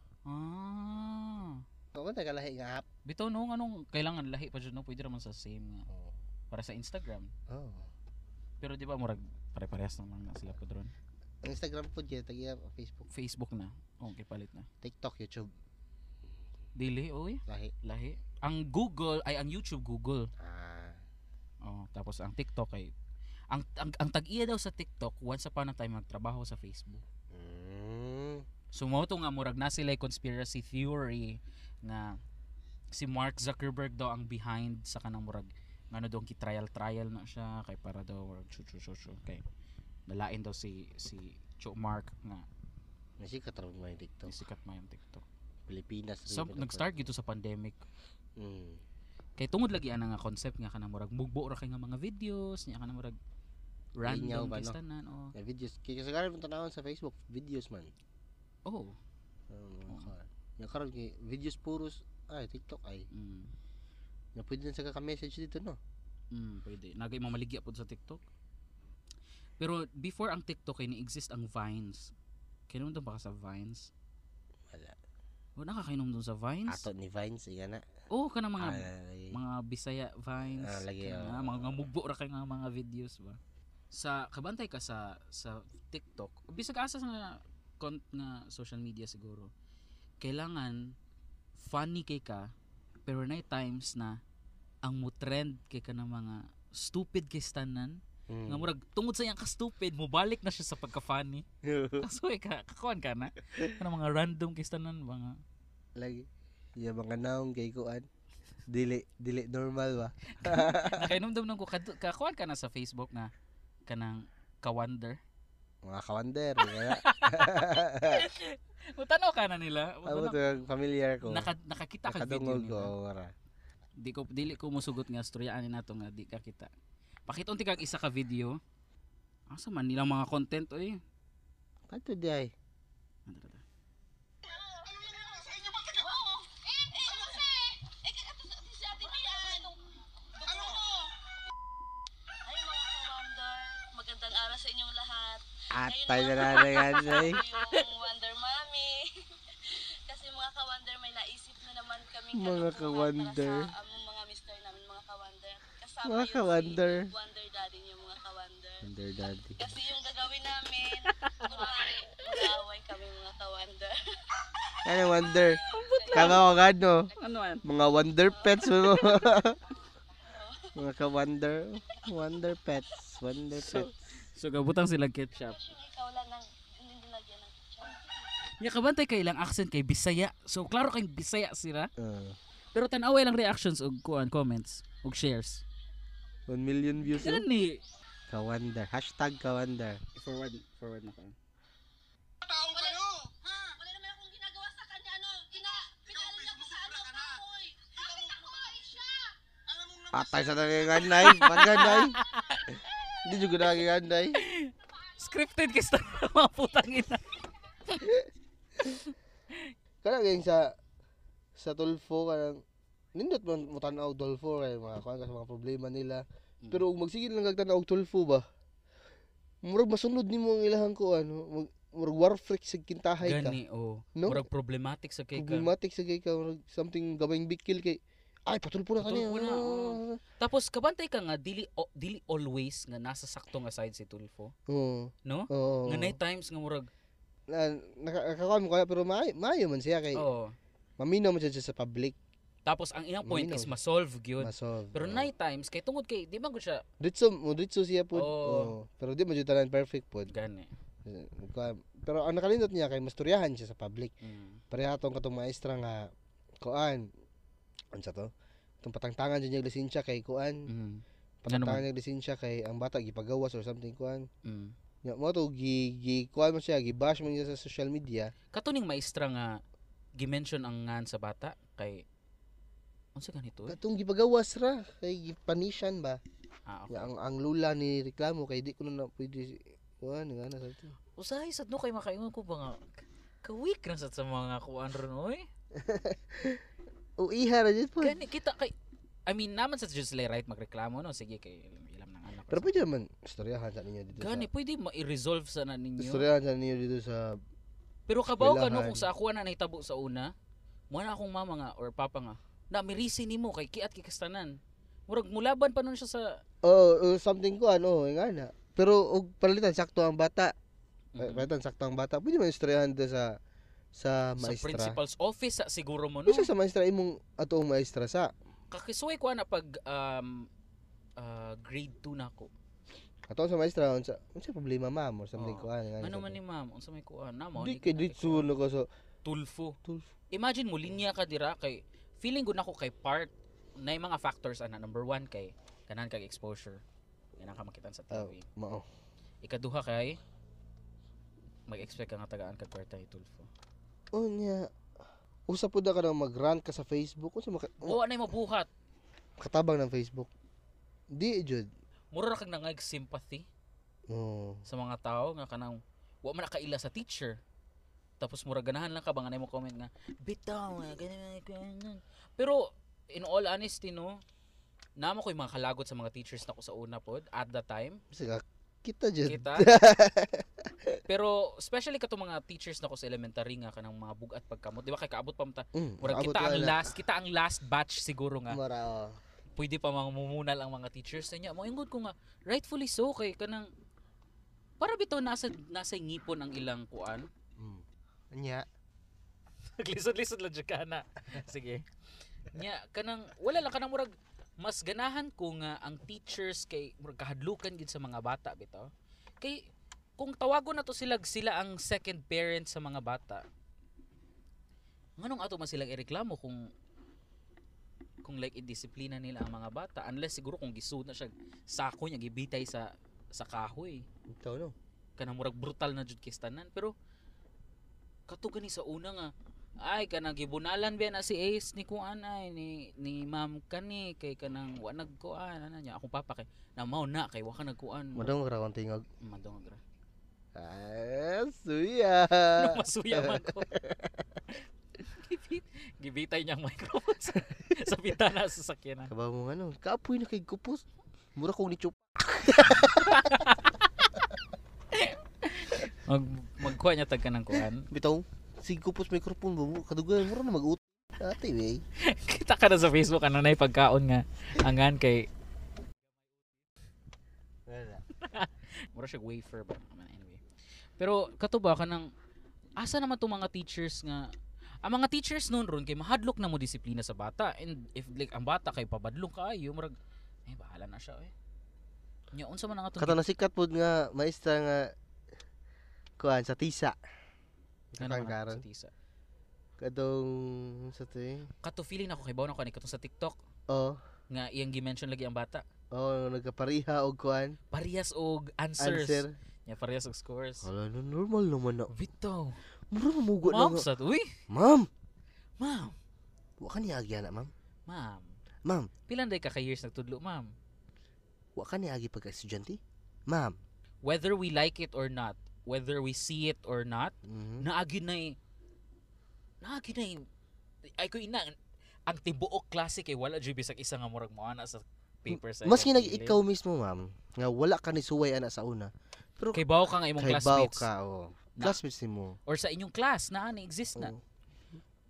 Speaker 1: Ah.
Speaker 2: Kung ano lahi nga app.
Speaker 1: Bitaw no, anong kailangan lahi pa dyan, no? Pwede naman sa same nga. Para sa Instagram.
Speaker 2: Oh.
Speaker 1: Pero di ba murag pare-parehas naman na sila po doon.
Speaker 2: Instagram po dyan, tagi app, Facebook,
Speaker 1: Facebook na. Oh, kipalit na.
Speaker 2: TikTok, YouTube,
Speaker 1: Dili, oy.
Speaker 2: lahi.
Speaker 1: Lahi. Ang Google ay ang YouTube Google.
Speaker 2: Ah.
Speaker 1: Oh, tapos ang TikTok ay ang ang, ang tag-iya daw sa TikTok once upon a time nagtrabaho sa Facebook.
Speaker 2: Mm.
Speaker 1: So mao to nga murag na sila conspiracy theory nga si Mark Zuckerberg daw ang behind sa kanang murag nga ano daw ki trial trial na siya kay para daw murag chu chu chu chu kay nalain daw si si Cho Mark nga
Speaker 2: Nasi katarong mo yung TikTok.
Speaker 1: sikat na yung TikTok.
Speaker 2: Pilipinas. rin
Speaker 1: So
Speaker 2: yun ako.
Speaker 1: nag-start gito sa pandemic
Speaker 2: Mm.
Speaker 1: kay tungod lagi ana nga concept nga kanang murag mugbo ra kay nga mga videos niya kanang murag random
Speaker 2: Linyaw ba, no?
Speaker 1: kistanan oh
Speaker 2: Na videos. Kaya kasagaran mo tanawin sa Facebook, videos man.
Speaker 1: oh Oo.
Speaker 2: Oh. Yung karon kay videos puros, ay, TikTok ay.
Speaker 1: mm,
Speaker 2: Na pwede na sa kaka-message dito, no?
Speaker 1: mm pwede nagay mo maligya pod sa TikTok pero before ang TikTok kay ni-exist ang Vines kainom doon ba ka sa Vines
Speaker 2: Wala.
Speaker 1: o nakakainom doon sa Vines
Speaker 2: Ato ni Vines, iya na.
Speaker 1: oh kanang mga
Speaker 2: Ah, lagi.
Speaker 1: mga Bisaya Vines
Speaker 2: Ah, lagi,
Speaker 1: kaya
Speaker 2: oo.
Speaker 1: nga, mga nga mugbo ra kay nga mga videos ba sa kabantay ka sa sa TikTok bisag asa sa nga cont nga social media siguro kailangan funny kay ka pero na times na ang mo trend kay ka ng mga stupid kay stanan
Speaker 2: Mm.
Speaker 1: nga murag tungod sa iyang ka stupid mo balik na siya sa pagka funny kaso eh, ka kakuan ka na kanang mga random kay stanan mga
Speaker 2: lagi yung mga naong kay kuan dili dili normal ba
Speaker 1: Nakainumdum nung ko kadu- kakuan ka na sa Facebook na kanang kawander.
Speaker 2: mga kawander wala
Speaker 1: Utanaw ka na nila.
Speaker 2: amo
Speaker 1: Mutanaw-
Speaker 2: to yung familiar ko
Speaker 1: Naka, nakakita ka video
Speaker 2: Ah, nakadungog ko
Speaker 1: nila.
Speaker 2: ora
Speaker 1: Di ko dili ko musugot nga storyaan nato nga di ka kita. Pakita unti kag isa ka video. Asa man nila mga content oy.
Speaker 2: kadto di ay
Speaker 1: Ano ka ta?
Speaker 3: Magandang araw sa inyong lahat.
Speaker 2: atay na na gansay
Speaker 3: Yung Wonder Mommy. Kasi mga ka-Wonder, may naisip na naman kaming
Speaker 2: Mga
Speaker 3: kalokohan
Speaker 2: ka-Wonder.
Speaker 3: para sa among mga mister namin, mga ka-Wonder. Kasama
Speaker 2: Mga
Speaker 3: yun si
Speaker 2: ka-Wonder.
Speaker 3: Wonder Daddy niyo, mga ka-Wonder.
Speaker 2: wonder daddy
Speaker 3: Kasi yung gagawin namin, kunwari, mag-aaway kami mga ka-Wonder.
Speaker 2: ano wonder kama ko gano
Speaker 1: Ano an?
Speaker 2: mga wonder pets mo mga ka wonder wonder pets wonder pets
Speaker 1: So gabutang sila ketchup.
Speaker 3: Tapos yung ikaw lang ang hindi nilagyan ng tsaka.
Speaker 1: Ya kabantay kay ilang accent kay Bisaya. So klaro kay Bisaya sila.
Speaker 2: uh,
Speaker 1: Pero tanaway lang reactions og kuan comments og ano, shares.
Speaker 2: 1 million views oh.
Speaker 1: Gani.
Speaker 4: Kawander. Hashtag kawander.
Speaker 5: Forward, forward na ka.
Speaker 3: Wala, ha? Wala naman akong ginagawa sa kanya, ano? Gina, pinalo niya ako sa ano, kakoy. Bakit kakoy siya?
Speaker 4: Patay sa
Speaker 2: Nagigan, Nay. Pagka, Nay. Hindi nyo ginagigan, Nay.
Speaker 1: Scripted kasi mga putang ina.
Speaker 2: Kana ganyan sa sa Tulfo kanang nindot man mo tanaw Dolfo kay mga kuan sa mga problema nila.
Speaker 1: Mm.
Speaker 2: Pero ug magsigil lang kag tanaw Tulfo ba. Murag masunod nimo ang ilahang kuan, mag murag war freak sa kintahay ka.
Speaker 1: Gani, oh.
Speaker 2: No?
Speaker 1: Murag problematic sa kay ka.
Speaker 2: Problematic sa kay ka murag something gabing bikil kay ay patulpo na kaniya.
Speaker 1: Patulpo na, oo. Tapos kabantay ka nga dili o, dili always nga nasa sakto nga side si Tulfo,
Speaker 2: Oo.
Speaker 1: no?
Speaker 2: Oo.
Speaker 1: Nga night times nga murag
Speaker 2: Na- naka- Nakakuha mo kaya pero maayo maayo man siya kay
Speaker 1: oh.
Speaker 2: maminaw man siya sa public
Speaker 1: Tapos ang iyang point
Speaker 2: Malinaw.
Speaker 1: is ma-solve gyud.
Speaker 2: masolve.
Speaker 1: Pero
Speaker 2: Oo.
Speaker 1: night times kay tungod kay di ba gud siya
Speaker 2: Dritso, mo dritso siya po.
Speaker 1: Oo.
Speaker 2: Pero di mo jud tanan perfect po.
Speaker 1: gani.
Speaker 2: Eh, ka- pero ang nakalindot niya kay masturyahan siya sa public
Speaker 1: Mm.
Speaker 2: pareha tong katong maestra nga kuan unsa to itong patangtangan dyan niya lisensya kay kuan
Speaker 1: Mm.
Speaker 2: patangtangan niya lisensya kay ang bata gipagawas or something kuan
Speaker 1: Mm.
Speaker 2: nya mo to gi, gi kuan man siya gibash man niya sa social media
Speaker 1: Katuning maestra nga gi-mention ang ngan sa bata kay unsa ganito? eh?
Speaker 2: katong gipagawas ra kay gipanishan ba
Speaker 1: Ah, okay.
Speaker 2: nya ang, ang lula ni reklamo kay di ko na na pwede kuan nga na sa
Speaker 1: Usahay sad no kay makaingon ko ba nga kawik na sad sa mga kuan ron oy.
Speaker 2: o iha ra jud po
Speaker 1: Gani kita kay I mean naman sa just lay right magreklamo no sige kay ilam ng anak.
Speaker 2: pero pwede man istoryahan sa ninyo dito
Speaker 1: Gani,
Speaker 2: sa
Speaker 1: pwede ma-resolve sa na ninyo.
Speaker 2: istoryahan sa ninyo dito sa
Speaker 1: Pero kabaw ka no
Speaker 2: Kailangan.
Speaker 1: kung sa ako na nahitabo sa una, mo na akong mama nga or papa nga, na mirisi nimo kay kiat kikastanan. Murag mulaban pa nun siya sa
Speaker 2: Oh, oh, something ko ano, nga na. Pero og palitan sakto ang bata. Pa-
Speaker 1: Mm-hmm.
Speaker 2: Palitan sakto ang bata. Pwede man istoryahan ta sa sa
Speaker 1: mm, sa
Speaker 2: maestra.
Speaker 1: principal's office sa siguro mo no.
Speaker 2: Pwede sa maestra imong atoong maestra sa.
Speaker 1: Kakisuway ko na pag um, ah, grade 2 na ako.
Speaker 2: Atoong sa maestra unsa unsa problema ma'am or something
Speaker 1: Oo.
Speaker 2: ko ano nga.
Speaker 1: Ano man ni ma'am, unsa may kuan na mo.
Speaker 2: Di kay ditso no ko so.
Speaker 1: Tulfo. Imagine mo linya ka dira kay feeling ko nako kay part na yung mga factors ana number one kay kanan kag exposure. Ganang ka makitan sa
Speaker 2: Oh,
Speaker 1: TV.
Speaker 2: mao.
Speaker 1: Ikaduha kay mag-expect ka nga tagaan kag kwarta ni Tulfo.
Speaker 2: Unya. Usa pud na ka nang mag-rant ka sa Facebook unsa maka-
Speaker 1: Oo, anay mabuhat.
Speaker 2: katabang ng Facebook. Di jud.
Speaker 1: Mura ra kag nangag sympathy
Speaker 2: Oh.
Speaker 1: sa mga tao nga kanang wa man nakaila sa teacher. Tapos mura ganahan lang ka ba nga anay mo comment nga bitaw nga ganyan ganyan. Pero in all honesty no, namo ko yung mga kalagot sa mga teachers na ko sa una pod at the time.
Speaker 2: Sige, kita jud.
Speaker 1: kita. Pero especially katong mga teachers nako sa elementary nga kanang mga bugat pagkamot, di ba kay kaabot pa mata.
Speaker 2: Mm,
Speaker 1: Murag
Speaker 2: abot
Speaker 1: kita ang
Speaker 2: wala.
Speaker 1: last, kita ang last batch siguro nga.
Speaker 2: Mara, oh.
Speaker 1: Pwede pa mamumunal ang mga teachers sa niya. Moingon ko nga rightfully so kay kanang para bitaw nasa nasa ngipon ang ilang kuan.
Speaker 2: Mm. Nya.
Speaker 1: Lisod-lisod lang dyan ka na. Sige. Nya, kanang, wala lang, kanang murag, mas ganahan ko nga ang teachers kay murag kahadlukan gid sa mga bata bitaw. Kay kung tawagon nato sila sila ang second parent sa mga bata. Nganong ato man silang ireklamo kung kung like indisiplina nila ang mga bata unless siguro kung gisud na siya sako niya gibitay sa sa kahoy
Speaker 2: Ito no.
Speaker 1: kanang murag brutal na jud kistanan pero kato gani sa una nga ay kanang gibunalan ba na si Ace ni kuan ay ni ni ma'am kani kay kanang wa nagkuan ana niya akong papa kay na mao na kay wa ka nagkuan
Speaker 2: Madong ra kon tingog.
Speaker 1: madong gra
Speaker 2: Ah, suya.
Speaker 1: Nung masuya man ko Gibit- gibitay niya ang microphone sa, sa bintana sa sasakyanan
Speaker 2: Kabaw mo nga nun. Kaapoy na kay kupos. Mura kong nichup.
Speaker 1: mag magkuha niya tag kanang kuan
Speaker 2: Bitaw. Sige kupos microphone mo. Kadugay mura na mag-ut. Ate, wey.
Speaker 1: kita ka na sa Facebook ano na pagkaon nga angan kay mura siya wafer ba naman anyway. Pero kato ba ka nang asa naman tong mga teachers nga ang mga teachers noon ron kay mahadlok na mo disiplina sa bata and if like ang bata kay pabadlong kaayo murag eh bahala na siya eh. Nya unsa man ang atong
Speaker 2: Kato na sikat pod nga maestra nga kuan sa tisa.
Speaker 1: Ano man
Speaker 2: Katong
Speaker 1: ang
Speaker 2: karon.
Speaker 1: sa tisa?
Speaker 2: Katong sa to eh.
Speaker 1: Kato feeling ako kay bawo na ko ni katong sa TikTok
Speaker 2: Oh,
Speaker 1: nga iyang gi-mention lagi ang bata.
Speaker 2: Oh, nagkapariha og kuan.
Speaker 1: Parehas og answers.
Speaker 2: Answer.
Speaker 1: Yeah, parehas og scores.
Speaker 2: Wala no, normal naman na.
Speaker 1: Vito.
Speaker 2: Mura mamugo na
Speaker 1: Ma'am, sa
Speaker 2: nga.
Speaker 1: uy.
Speaker 2: Ma'am,
Speaker 1: Ma'am.
Speaker 2: wa ka ni agya na, ma'am.
Speaker 1: Ma'am.
Speaker 2: Ma'am,
Speaker 1: Pila na ka years nagtudlo, ma'am?
Speaker 2: wa ka ni agi pagka-estudyante? Ma'am.
Speaker 1: Whether we like it or not, whether we see it or not,
Speaker 2: Mhm.
Speaker 1: naagi na eh. Naagi na eh. Ay ko ina, ang tibuok klase kay wala jud bisag isa nga murag mo ana sa paper sa
Speaker 2: Mas
Speaker 1: imong
Speaker 2: ginag
Speaker 1: kilid.
Speaker 2: ikaw mismo, ma'am, nga wala ka ni suway ana sa una. Pero
Speaker 1: kay bawo ka nga imong
Speaker 2: kay baw
Speaker 1: classmates
Speaker 2: ka, oh.
Speaker 1: Na.
Speaker 2: Classmates ni mo.
Speaker 1: or sa inyong class na ani exist na.
Speaker 2: Oh.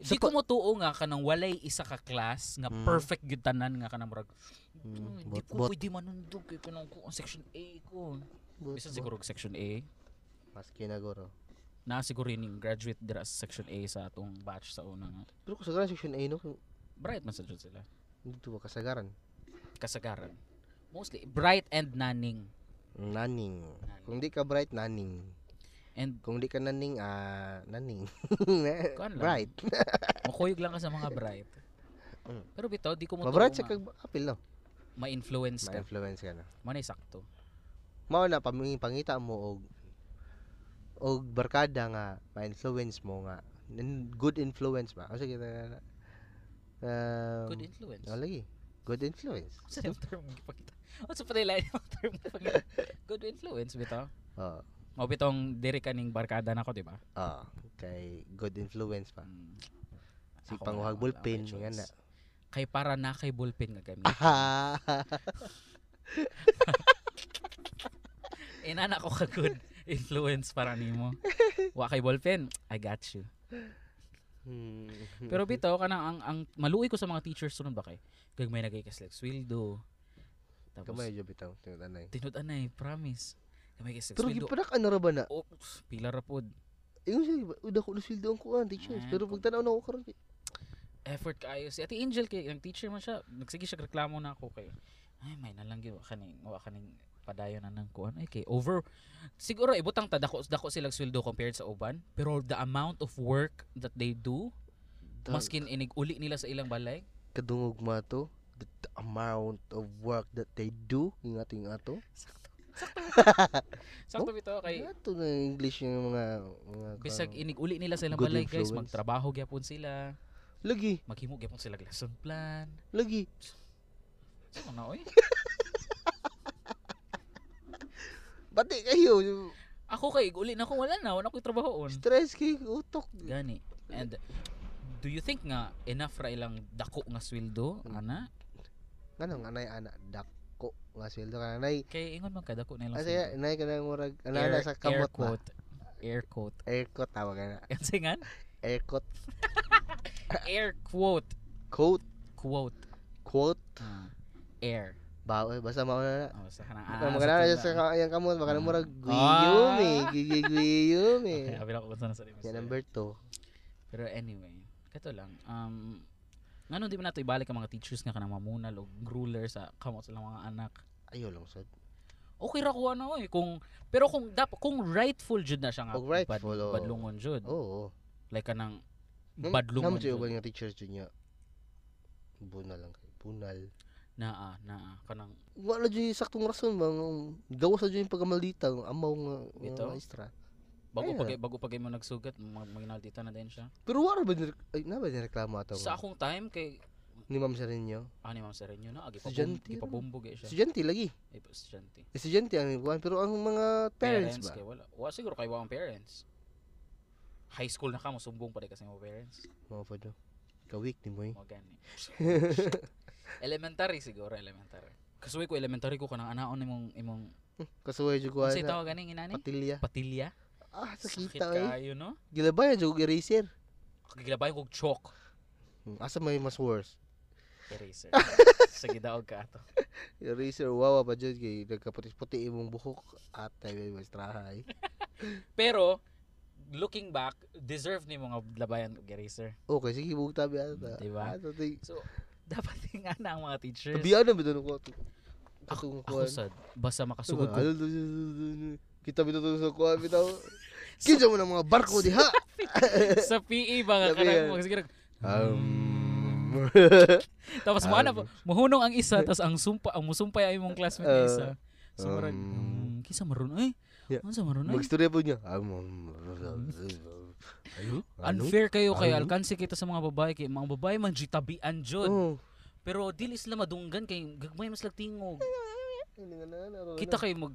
Speaker 1: Di
Speaker 2: Sa
Speaker 1: ko mo tuo nga kanang walay isa ka class nga
Speaker 2: Mm.
Speaker 1: perfect gyud tanan nga kanang murag. Hmm, Di
Speaker 2: Mm, bot-
Speaker 1: ko
Speaker 2: bot.
Speaker 1: pwede manundog kay kanang ko ang section A ko.
Speaker 2: But-
Speaker 1: Bisan
Speaker 2: but-
Speaker 1: siguro og section A.
Speaker 2: Mas kinagoro.
Speaker 1: na siguro ning graduate dira sa section A sa atong batch sa una nga.
Speaker 2: Pero kung sagaran section A no, kung
Speaker 1: Bright man sa jud sila.
Speaker 2: dito ba kasagaran?
Speaker 1: Kasagaran. Mostly bright and naning.
Speaker 2: Naning. Kung di ka bright, naning.
Speaker 1: And
Speaker 2: Kung di ka naning, ah, naning.
Speaker 1: Kuan lang.
Speaker 2: bright.
Speaker 1: makuyog lang ka sa mga bright.
Speaker 2: Mm.
Speaker 1: Pero bitaw di ko mo
Speaker 2: Mabright sa
Speaker 1: tuo nga
Speaker 2: kag apil no.
Speaker 1: ma-influence ka.
Speaker 2: Ma-influence ka na.
Speaker 1: Mo na sakto.
Speaker 2: Mao na pamingi pangita mo og og barkada nga ma-influence mo nga Nin- good influence ba? O sige na. Um,
Speaker 1: Good influence.
Speaker 2: oh, lagi. Good influence.
Speaker 1: What's the term gipakita? What's pa nila yung term gipakita? Good influence bitaw.
Speaker 2: Oh,
Speaker 1: Mao bitong dire ka ning barkada nako, di ba?
Speaker 2: oh, kay good influence pa.
Speaker 1: Mm.
Speaker 2: Ah. Si
Speaker 1: Ako
Speaker 2: panguhag
Speaker 1: wala, wala akong
Speaker 2: bulpin,
Speaker 1: choice.
Speaker 2: nga na. Ah.
Speaker 1: Kay para na kay ballpen nga gamit.
Speaker 2: Aha!
Speaker 1: Inana Eh, ko ka good influence para nimo. Wa kay ballpen, I got you.
Speaker 2: Hmm.
Speaker 1: Pero bitaw kanang ang ang maluoy ko sa mga teachers sunod ba kay. Kag may nagay kas Lex Wildo. Tapos
Speaker 2: Kamay jo bitaw, tingnan anay.
Speaker 1: tinud anay promise. Kag may kas Lex
Speaker 2: Pero
Speaker 1: Wildo.
Speaker 2: gipanak ano ra ba na?
Speaker 1: Oh, pff, pila ra pod.
Speaker 2: Ingon siya, diba, Eh, udah ko na sweldo ang kuan, teachers.
Speaker 1: Ah,
Speaker 2: Pero
Speaker 1: kung-
Speaker 2: pagtanaw na ko karon,
Speaker 1: Effort kaayo si Ate Angel kay ang teacher man siya. Nagsige siya reklamo na ako kay. Ay may na lang gyud wa kaning wa kaning padayon na nang kuan ay kay over siguro ibutang ta dako dako silang sweldo compared sa uban pero the amount of work that they do Maskin inig uli nila sa ilang balay.
Speaker 2: kadungog ma to, the, the amount of work that they do, ingat yung ato.
Speaker 1: Sakto
Speaker 2: Oh.
Speaker 1: bitaw kay
Speaker 2: Ato na yung English yung mga... mga
Speaker 1: bisag
Speaker 2: kuwan.
Speaker 1: inig uli nila sa ilang
Speaker 2: Good
Speaker 1: balay guys,
Speaker 2: influence.
Speaker 1: magtrabaho gyapon sila,
Speaker 2: Lagi,
Speaker 1: maghimo gyapon sila og lesson plan.
Speaker 2: lagi.
Speaker 1: Sa na oy.
Speaker 2: Bati kayo.
Speaker 1: Hmm. Ako kay uli na ko wala na, wala ko'y trabahoon.
Speaker 2: Stress kay utok.
Speaker 1: Gani. And do you think nga enough ra ilang dako nga sweldo
Speaker 2: Hmm.
Speaker 1: ana?
Speaker 2: Anong anay ana dako nga sweldo ka anay.
Speaker 1: Kay ingon man ka dako na ilang
Speaker 2: Kasi
Speaker 1: sweldo.
Speaker 2: anay ka nang murag
Speaker 1: Air,
Speaker 2: anana sa
Speaker 1: air
Speaker 2: kamot ba?
Speaker 1: quote. Air quote.
Speaker 2: Air coat tawag na.
Speaker 1: Kasi nga,
Speaker 2: Air coat
Speaker 1: air quote.
Speaker 2: coat
Speaker 1: Quote.
Speaker 2: quote eh,
Speaker 1: Ah, air.
Speaker 2: bawo basta mao na.
Speaker 1: Oh, sa kanang
Speaker 2: Ah,
Speaker 1: ah, sa
Speaker 2: magana na sa ka- yung kamot, baka na murag
Speaker 1: Ah.
Speaker 2: guiyom eh, gigigwiyom eh.
Speaker 1: Okay, abila ko kung saan na sa rin.
Speaker 2: Yan number 2.
Speaker 1: Pero anyway, kato lang. Um, ngano di ba nato ibalik ang mga teachers nga kanang mamunal o ruler sa kamot sa mga anak?
Speaker 2: Ayo lang sad.
Speaker 1: Okay ra ko ano eh kung pero kung dap kung rightful jud na siya nga
Speaker 2: Kung rightful, oo.
Speaker 1: badlungon jud.
Speaker 2: Oo.
Speaker 1: Like kanang
Speaker 2: Nam-
Speaker 1: badlungon
Speaker 2: Nam siya ba
Speaker 1: jud.
Speaker 2: yung teachers dyan niya? Bunal lang kayo. Bunal.
Speaker 1: Naa, naa kanang
Speaker 2: Wala dyan yung saktong rason ba? Nga, Gawa sa dyan yung pagkamalita. ang Amaw nga,
Speaker 1: Ito?
Speaker 2: nga maestra.
Speaker 1: bago
Speaker 2: Ayun.
Speaker 1: pag bago pag mo nagsugat mag- maginaldita na din siya.
Speaker 2: Pero wala ba nire- ay, na ba nireklamo ato?
Speaker 1: Sa akong time kay
Speaker 2: Ni Ma'am Sarinyo.
Speaker 1: ano ma'am sa renyo na agi pa
Speaker 2: Estudyante
Speaker 1: bombo,
Speaker 2: ra.
Speaker 1: siya.
Speaker 2: Estudyante lagi.
Speaker 1: Ay pa estudyante.
Speaker 2: Estudyante ang iguan. Pero ang mga parents, ba?
Speaker 1: kay wala. Wa siguro kay wa ang parents. High school na ka mo sumbong pa di kasi mo parents.
Speaker 2: Mga pa doon. Kawik ni mo eh.
Speaker 1: Mga gani. Shit. elementary siguro, elementary. Kasuwi ko elementary ko kanang anaon imong imong
Speaker 2: Kasuway dyan ko
Speaker 1: unsa
Speaker 2: na.
Speaker 1: tawag ganing inani?
Speaker 2: Patilya.
Speaker 1: Patilya.
Speaker 2: Ah,
Speaker 1: Sakit
Speaker 2: sakita eh.
Speaker 1: kayo no?
Speaker 2: Gilabayan dyan ko eraser.
Speaker 1: Kagilabayan kog chalk
Speaker 2: Hmm, Asa may mas worse?
Speaker 1: eraser. Sa gidaog ka ato.
Speaker 2: Eraser, wawa pa dyan. Kay nagkaputi-puti imong buhok. At tayo may maestra eh.
Speaker 1: Pero looking back, deserve ni mga labayan og eraser.
Speaker 2: Okay, sige, buong tabi ata.
Speaker 1: Diba?
Speaker 2: Ato, tay-
Speaker 1: So dapat nga na ang mga teachers.
Speaker 2: Tabihan na bitaw ko. Ako
Speaker 1: Ako sad basta makasugod ko.
Speaker 2: Kita bitaw to sa kuha bitaw. Kinsa mo ng mga barko diha.
Speaker 1: sa PE ba nga
Speaker 2: Labi
Speaker 1: kanang
Speaker 2: yan.
Speaker 1: mga siguro.
Speaker 2: Um,
Speaker 1: Tapos mo po, muhunong ang isa tapos ang sumpa ang musumpay ay mong classmate na isa. So
Speaker 2: Um,
Speaker 1: maran, um, kisa maron ay.
Speaker 2: Yeah.
Speaker 1: Ano sa maron ay?
Speaker 2: Magstorya po niya.
Speaker 1: Unfair kayo kay
Speaker 2: Ano?
Speaker 1: alkansi kita sa mga babae kay mga babae man gitabian jud.
Speaker 2: Oh.
Speaker 1: Pero dili sila madunggan kay gagmay mas lagtingog. Kita
Speaker 2: kayo.
Speaker 1: kay mag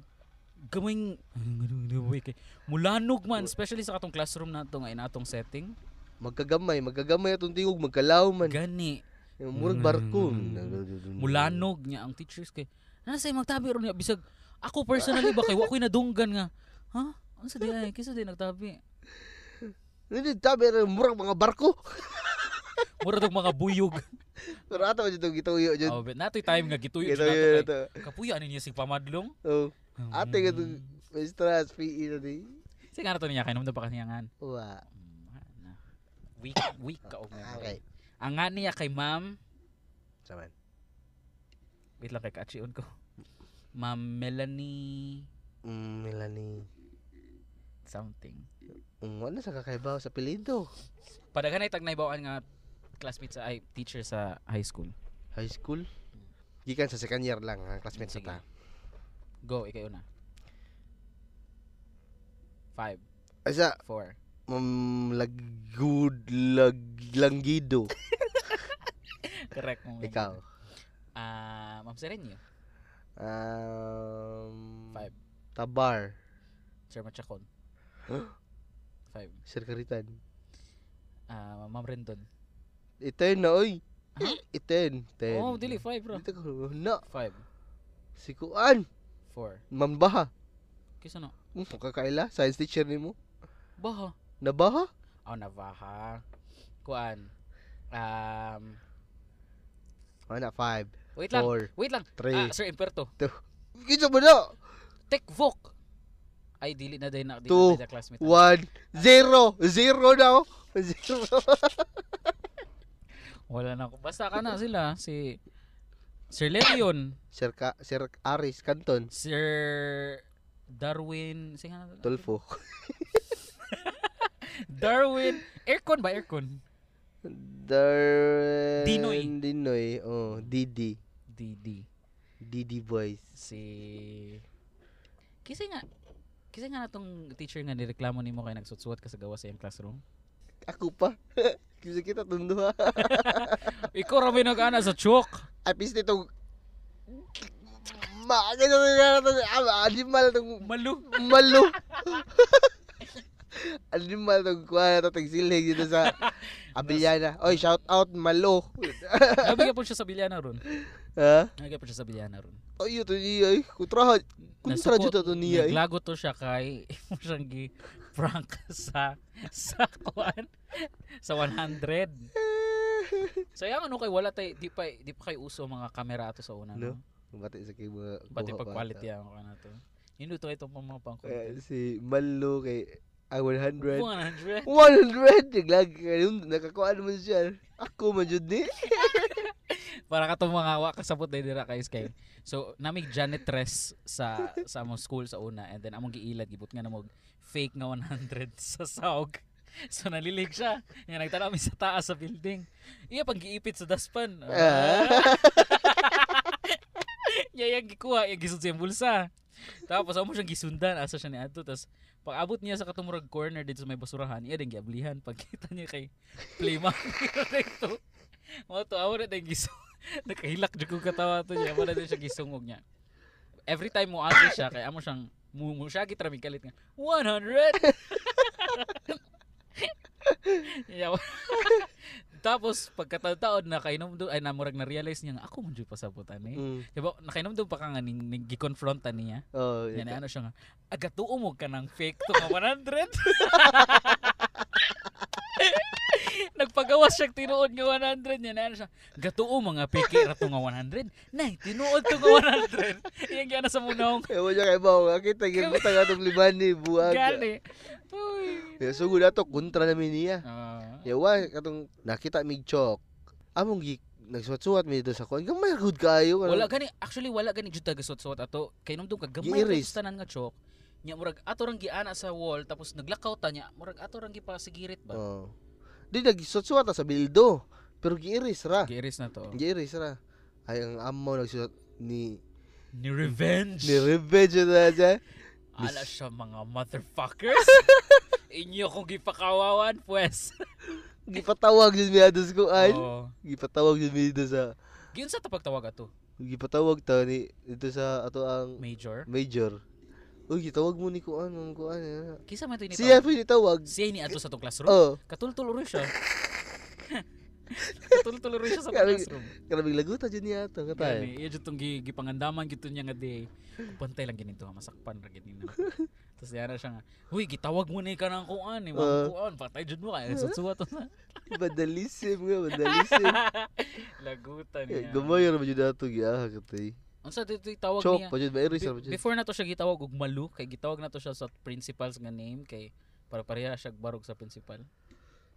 Speaker 1: gamay kay mulanog man especially sa katong classroom nato nga inatong setting.
Speaker 2: Magkagamay, magkagamay atong tingog, magkalaw man.
Speaker 1: Gani
Speaker 2: Yung Murag barko.
Speaker 1: Hmm. mulanog niya ang teachers kay nasay magtabi ron niya bisag ako personally ba kay wa ko'y nadunggan nga ha ano sa di ay kisa di nagtabi
Speaker 2: Hindi tabi ra murag mga barko.
Speaker 1: mura tong mga buyog
Speaker 2: Pero ato jud to gituyo jud.
Speaker 1: oh, but natoy time nga gituyo
Speaker 2: Gituyo
Speaker 1: siya
Speaker 2: na
Speaker 1: nato
Speaker 2: to.
Speaker 1: kay kapuya ani niya si pamadlong
Speaker 2: Oh. Ate ka to
Speaker 1: Hmm.
Speaker 2: may stress PE na di.
Speaker 1: sige nga nato niya kay namda pa kaniyangan
Speaker 2: Wa.
Speaker 1: week week ka og
Speaker 2: Okay.
Speaker 1: memory ang nga niya kay ma'am
Speaker 2: Saman.
Speaker 1: wait lang kay kaachiun ko ma'am Melanie
Speaker 2: Mm, Melanie.
Speaker 1: something
Speaker 2: Mm, wala sa kakaibaw sa pilido.
Speaker 1: padaghan ay tagnaybawan nga classmate sa ay teacher sa high school
Speaker 2: High school. Gikan sa second year lang ang classmate sa
Speaker 1: Sige.
Speaker 2: ta.
Speaker 1: Go, ikaw una. Five,
Speaker 2: Asa
Speaker 1: four.
Speaker 2: mam lagud lag langgido.
Speaker 1: Correct mo.
Speaker 2: Ikaw.
Speaker 1: Ah, Ma'am Serenio.
Speaker 2: Um,
Speaker 1: Five.
Speaker 2: Tabar.
Speaker 1: Sir Machacon. Five.
Speaker 2: Sir Karitan.
Speaker 1: Ah, Ma'am Rendon.
Speaker 2: Iten na oy. Iten. Eh, Ten.
Speaker 1: Oh, dili. Five, bro.
Speaker 2: Dito ko na.
Speaker 1: Five,
Speaker 2: Si Kuan.
Speaker 1: four.
Speaker 2: Mambaha.
Speaker 1: Kisa no?
Speaker 2: Mm, kakaila. Science teacher ni mo.
Speaker 1: Baha.
Speaker 2: Nabaha.
Speaker 1: Oh, Navaha. Kuan. Um,
Speaker 2: Ano na? Five.
Speaker 1: wait lang.
Speaker 2: Four.
Speaker 1: Wait lang. Ah,
Speaker 2: Three.
Speaker 1: Sir Imperto.
Speaker 2: Kinsa ba na?
Speaker 1: Tekvok. Ay, dili na dahil na. Dili
Speaker 2: Two.
Speaker 1: na dahil classmate.
Speaker 2: One. Zero. Zero na. oh. Zero.
Speaker 1: Wala na ako. Basta ka na sila. Si Sir Levion.
Speaker 2: Sir, Ka- Sir Aris Canton.
Speaker 1: Sir Darwin, sige nga.
Speaker 2: Tulfo.
Speaker 1: Darwin, aircon ba aircon?
Speaker 2: Dar...
Speaker 1: Dinoy.
Speaker 2: Dinoy. Oh, Didi.
Speaker 1: DD.
Speaker 2: Didi Boys.
Speaker 1: Si Kasi nga kasi nga natong teacher nga nireklamo nimo kay nagsuot-suot ka sa gawa sa iyang classroom.
Speaker 2: Ako pa. Kasi kita tundo ha.
Speaker 1: Ikaw ra may nag-ana sa chok.
Speaker 2: At least itong... Ma, ganyan na natin. Animal itong...
Speaker 1: Malu.
Speaker 2: Malo. Animal itong kuha na ito. Tagsilig dito gitu, sa... Abiliana. Oy, shout out Malo.
Speaker 1: Nabigyan po siya sa bilyana ron.
Speaker 2: ha?
Speaker 1: Nabigyan po siya sa bilyana ron.
Speaker 2: Oy, ito niya ay. Kutrahan. Kuntra
Speaker 1: Nasuko-
Speaker 2: dito ito niya ay.
Speaker 1: Naglago to siya kay imo siyang gi prank sa sa kuan sa 100. Sayang ano kay wala tay di pa di pa kay uso mga kamera ato sa una. No.
Speaker 2: No. Bati sa kay mga...
Speaker 1: Pati
Speaker 2: buha
Speaker 1: pag quality ya.
Speaker 2: bata.
Speaker 1: ang kana to. Hindi to ito pang mga pang
Speaker 2: Eh, si Malo kay... Ah, 100.
Speaker 1: 100.
Speaker 2: 100! Naglag, ayun, nakakuhaan man siya. Ako man yun ni.
Speaker 1: Para ka tong mga wa kasabot na dira kay Sky. So namig janitress sa sa among school sa una and then among giilad gibot nga namog fake nga 100 sa saog. So nalilig siya. Nga nagtanaw mi sa taas sa building. Iya pang giipit sa daspan.
Speaker 2: Ah.
Speaker 1: Iya yang gikuha, iya gisud sa iyang bulsa. Tapos amo siyang gisundan asa siya ni Adto tas pag-abot niya sa katumurag corner dito sa may basurahan, iya ding giablihan pagkita niya kay Playma. Dito. Mo to awa na ding gisu. Nakahilak jud ko katawa to niya, wala din siya gisungog niya. Every time mo ate siya kay amo siyang mu mo siya gitramig kalit nga 100. Yeah. Tapos pagkataon na kainom do ay namurag na realize niya nga ako man jud pasabutan eh.
Speaker 2: Mm.
Speaker 1: Diba, nakainom doon pa ka nga, ning, ning, gikonfronta niya.
Speaker 2: Oh,
Speaker 1: Yan,
Speaker 2: ito.
Speaker 1: ano siya nga, agatuo mo ka ng fake to ka 100. Nagpagawas siya tinuod nga 100 niya. Ano siya, gatuo mo nga fake ra to nga 100. Nay, tinuod to nga 100. Iyan gana sa munong.
Speaker 2: Ewan niya kay Bao, akit tagyan mo taga itong limani, buwag.
Speaker 1: Gani. Uy.
Speaker 2: Yeah, so gula to, kontra namin niya.
Speaker 1: Ah.
Speaker 2: Yawa, katong nakita mig chok. Among gi, nagsuwat-suwat mi dito sa kuwan. Gamay good kayo.
Speaker 1: wala gani, actually wala gani jud taga suot ato. Kainom doon ka gamay ra
Speaker 2: Gi-erase.
Speaker 1: sa tanan nga chok. Nya murag ato rang giana sa wall tapos naglakaw ta niya. Murag ato rang gipasigirit ba?
Speaker 2: Oh. Di nagsuwat-suwat ta sa bildo. Pero giiris ra.
Speaker 1: Giiris na to.
Speaker 2: Giiris ra. Ay ang amo nagsulat ni
Speaker 1: Ni revenge.
Speaker 2: ni revenge na siya. Miss-
Speaker 1: Ala siya mga motherfuckers. Inyo kong gipakawawan, pues.
Speaker 2: Gipatawag yun mi ados ko ay.
Speaker 1: Oo.
Speaker 2: Gipatawag yun mi dito sa
Speaker 1: Giyon sa tapagtawag ato,
Speaker 2: gipatawag ta ni dito sa ato ang
Speaker 1: Major.
Speaker 2: major. Uy, gitawag mo ni kuan, ang kuan. ano.
Speaker 1: Kisa man ito
Speaker 2: Siya
Speaker 1: initawag.
Speaker 2: pa nitawag.
Speaker 1: Siya ni ato sa itong classroom.
Speaker 2: Oh,
Speaker 1: Katultul rin siya. Katultul rin siya sa itong
Speaker 2: Grabe.
Speaker 1: classroom.
Speaker 2: grabe laguta jud niya ato katay.
Speaker 1: Gani, iya dyan itong gi- gipangandaman gito niya nga day. Pantay lang ginito, ha, masakpan ra gini na. Tapos yara siya nga, Huy, gitawag mo ni ka ng kuan, ni
Speaker 2: Oo.
Speaker 1: mga kuan, patay dyan mo kaya, sutsuwa to na.
Speaker 2: Madalisim nga, madalisim.
Speaker 1: Lagutan
Speaker 2: Eh,
Speaker 1: niya.
Speaker 2: Gamay ra ba jud ato giaha katay.
Speaker 1: Unsa dito tawag
Speaker 2: Chok
Speaker 1: niya?
Speaker 2: pa jud ba iris ra ba
Speaker 1: Be-
Speaker 2: jud.
Speaker 1: before na to siya gitawag og malu kay gitawag na to siya sa principal's nga name kay para pareha siya barog sa principal.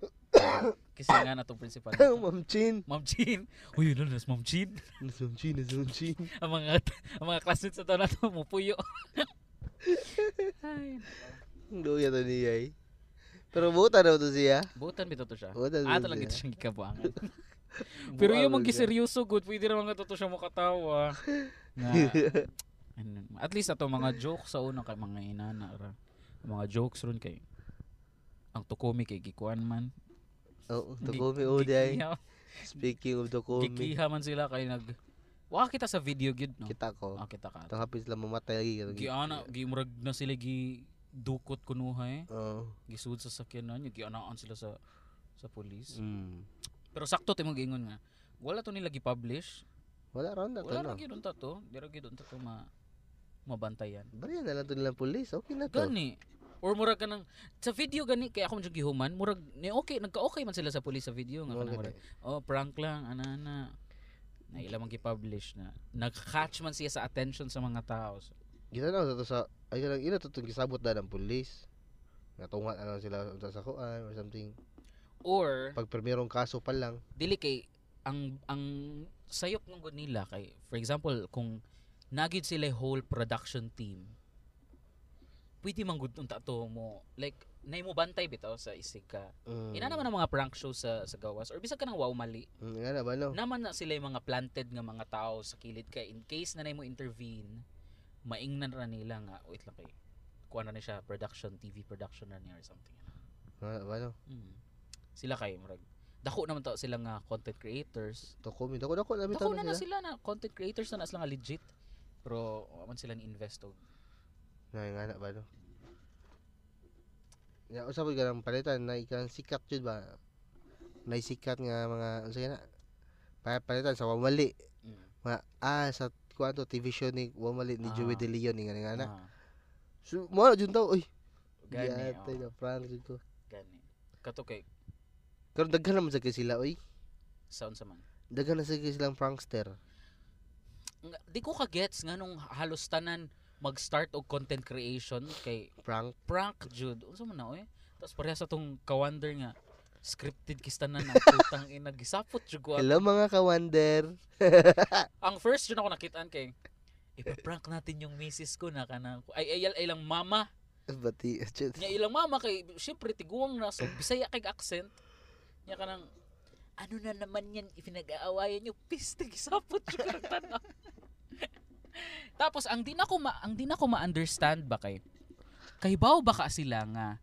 Speaker 1: Kasi nga na tong principal. na to.
Speaker 2: Ma'am Chin.
Speaker 1: Ma'am Jean. Uy, yun nas Ma'am Jean.
Speaker 2: Ma'am Chin, Ma'am Chin.
Speaker 1: Ang mga ang mga classmates sa taon na to mupuyo. Ay.
Speaker 2: Doya to ni ay. Pero buta daw to siya.
Speaker 1: Butan bitaw to siya.
Speaker 2: Butan
Speaker 1: Ah,
Speaker 2: bitaw
Speaker 1: talaga
Speaker 2: siya.
Speaker 1: ito siyang gikabuangan. Pero yung
Speaker 2: Buangan
Speaker 1: mga seryoso good, pwede naman nga to siya mukatawa. Na,
Speaker 2: gitu.
Speaker 1: ano, at least ato mga jokes sa una kay mga inana ra. Mga jokes ron kay ang tukomi kay gikuan man.
Speaker 2: Oo, to
Speaker 1: Gi-
Speaker 2: kome o day.
Speaker 1: gikiha-
Speaker 2: oh, Speaking of to kome,
Speaker 1: Gikiha man sila kay nag Wa kita sa video gyud no.
Speaker 2: kita ko.
Speaker 1: Ah, kita ka.
Speaker 2: Ito hapis lang mamatay lagi. gitu. katong-
Speaker 1: Giana, gimurag na sila gi dukot kunuha eh.
Speaker 2: Oo.
Speaker 1: Gisud sa sakyanan, niya, gianaan sila sa sa police.
Speaker 4: Mm.
Speaker 1: Pero sakto timo giingon nga. Wala to nila gi-publish.
Speaker 2: Wala ron na to,
Speaker 1: Wala ra
Speaker 2: no?
Speaker 1: gyud unta to. Dira gyud unta to ma mabantayan.
Speaker 2: Bariyan na lang to nilang police. Okay na to.
Speaker 1: Gani. Or murag ka ng, sa video gani, kaya ako medyo gihuman, murag, ni okay, nagka-okay man sila sa police sa video nga.
Speaker 2: Mga
Speaker 1: kanang murag,
Speaker 2: ganun.
Speaker 1: oh, prank lang, ana na. Na ilang mang gipublish na. Nag-catch man siya sa attention sa mga tao. So,
Speaker 2: Ginanaw sa to sa... Ay, lang ina to itong kisabot na ng police. Natungat na lang sila sa sakuan or something.
Speaker 1: Or,
Speaker 2: Pag primerong kaso pa lang.
Speaker 1: dili kay, ang, ang sayop ng gud nila kay, for example, kung nagid sila whole production team, pwede man gud unta to mo, like, nay mo bantay bitaw sa isig ka.
Speaker 2: Mm.
Speaker 1: Ina naman ang mga prank show sa, sa gawas. Or bisag ka ng wow mali.
Speaker 2: Mm, Nga na ba, no?
Speaker 1: naman na sila yung mga planted nga mga tao sa kilid kay in case na nay mo intervene maingnan ra nila nga wait lang kay kuha na ni siya production TV production na niya or something
Speaker 2: Nga na ba, no?
Speaker 1: mm. sila kay murag dako naman to sila nga content creators
Speaker 2: To kome. Dako, dako. Lamit
Speaker 1: dako na na
Speaker 2: na sila.
Speaker 1: sila na content creators na na sila nga legit pero wa man sila ni invest og
Speaker 2: Nga, nga na ba, no? Ya, usapod ka ng palitan na ikang sikat yun ba? Na sikat nga mga... Ano sa'yo na? Pa- Palitan sa wamali.
Speaker 1: mm.
Speaker 2: Mga, ah, sa kuan to TV show ni wamali ni Joey
Speaker 1: Ah.
Speaker 2: De Leon. Nga nga na.
Speaker 1: Ah,
Speaker 2: So, mga dyan tao, uy.
Speaker 1: gani
Speaker 2: Giyatay
Speaker 1: oh,
Speaker 2: na prank dyan ko.
Speaker 1: gani kato kay
Speaker 2: Karon daghan naman sa kay sila, uy.
Speaker 1: sound sa man
Speaker 2: Daghan na sa kay silang prankster.
Speaker 1: Nga, di ko ka gets nganong halos tanan mag-start og content creation kay
Speaker 2: Prank.
Speaker 1: prank jud unsa man na oy tapos pareha sa tong kawander nga scripted kistanan ang putang ina gisapot jud ko
Speaker 2: Hello mga kawander.
Speaker 1: ang first jud ako nakitaan kay ipa-prank natin yung misis ko na kanang ay ay ay lang mama
Speaker 2: Bati. Chut.
Speaker 1: nya ilang mama kay syempre tiguang na so bisaya kay accent nya kanang ano na naman yan ipinag-aawayan niyo piste gisapot jud ko nagtanaw tapos ang di na ko ma- ang di na ko ma-understand ba kay kahibaw ba ka sila nga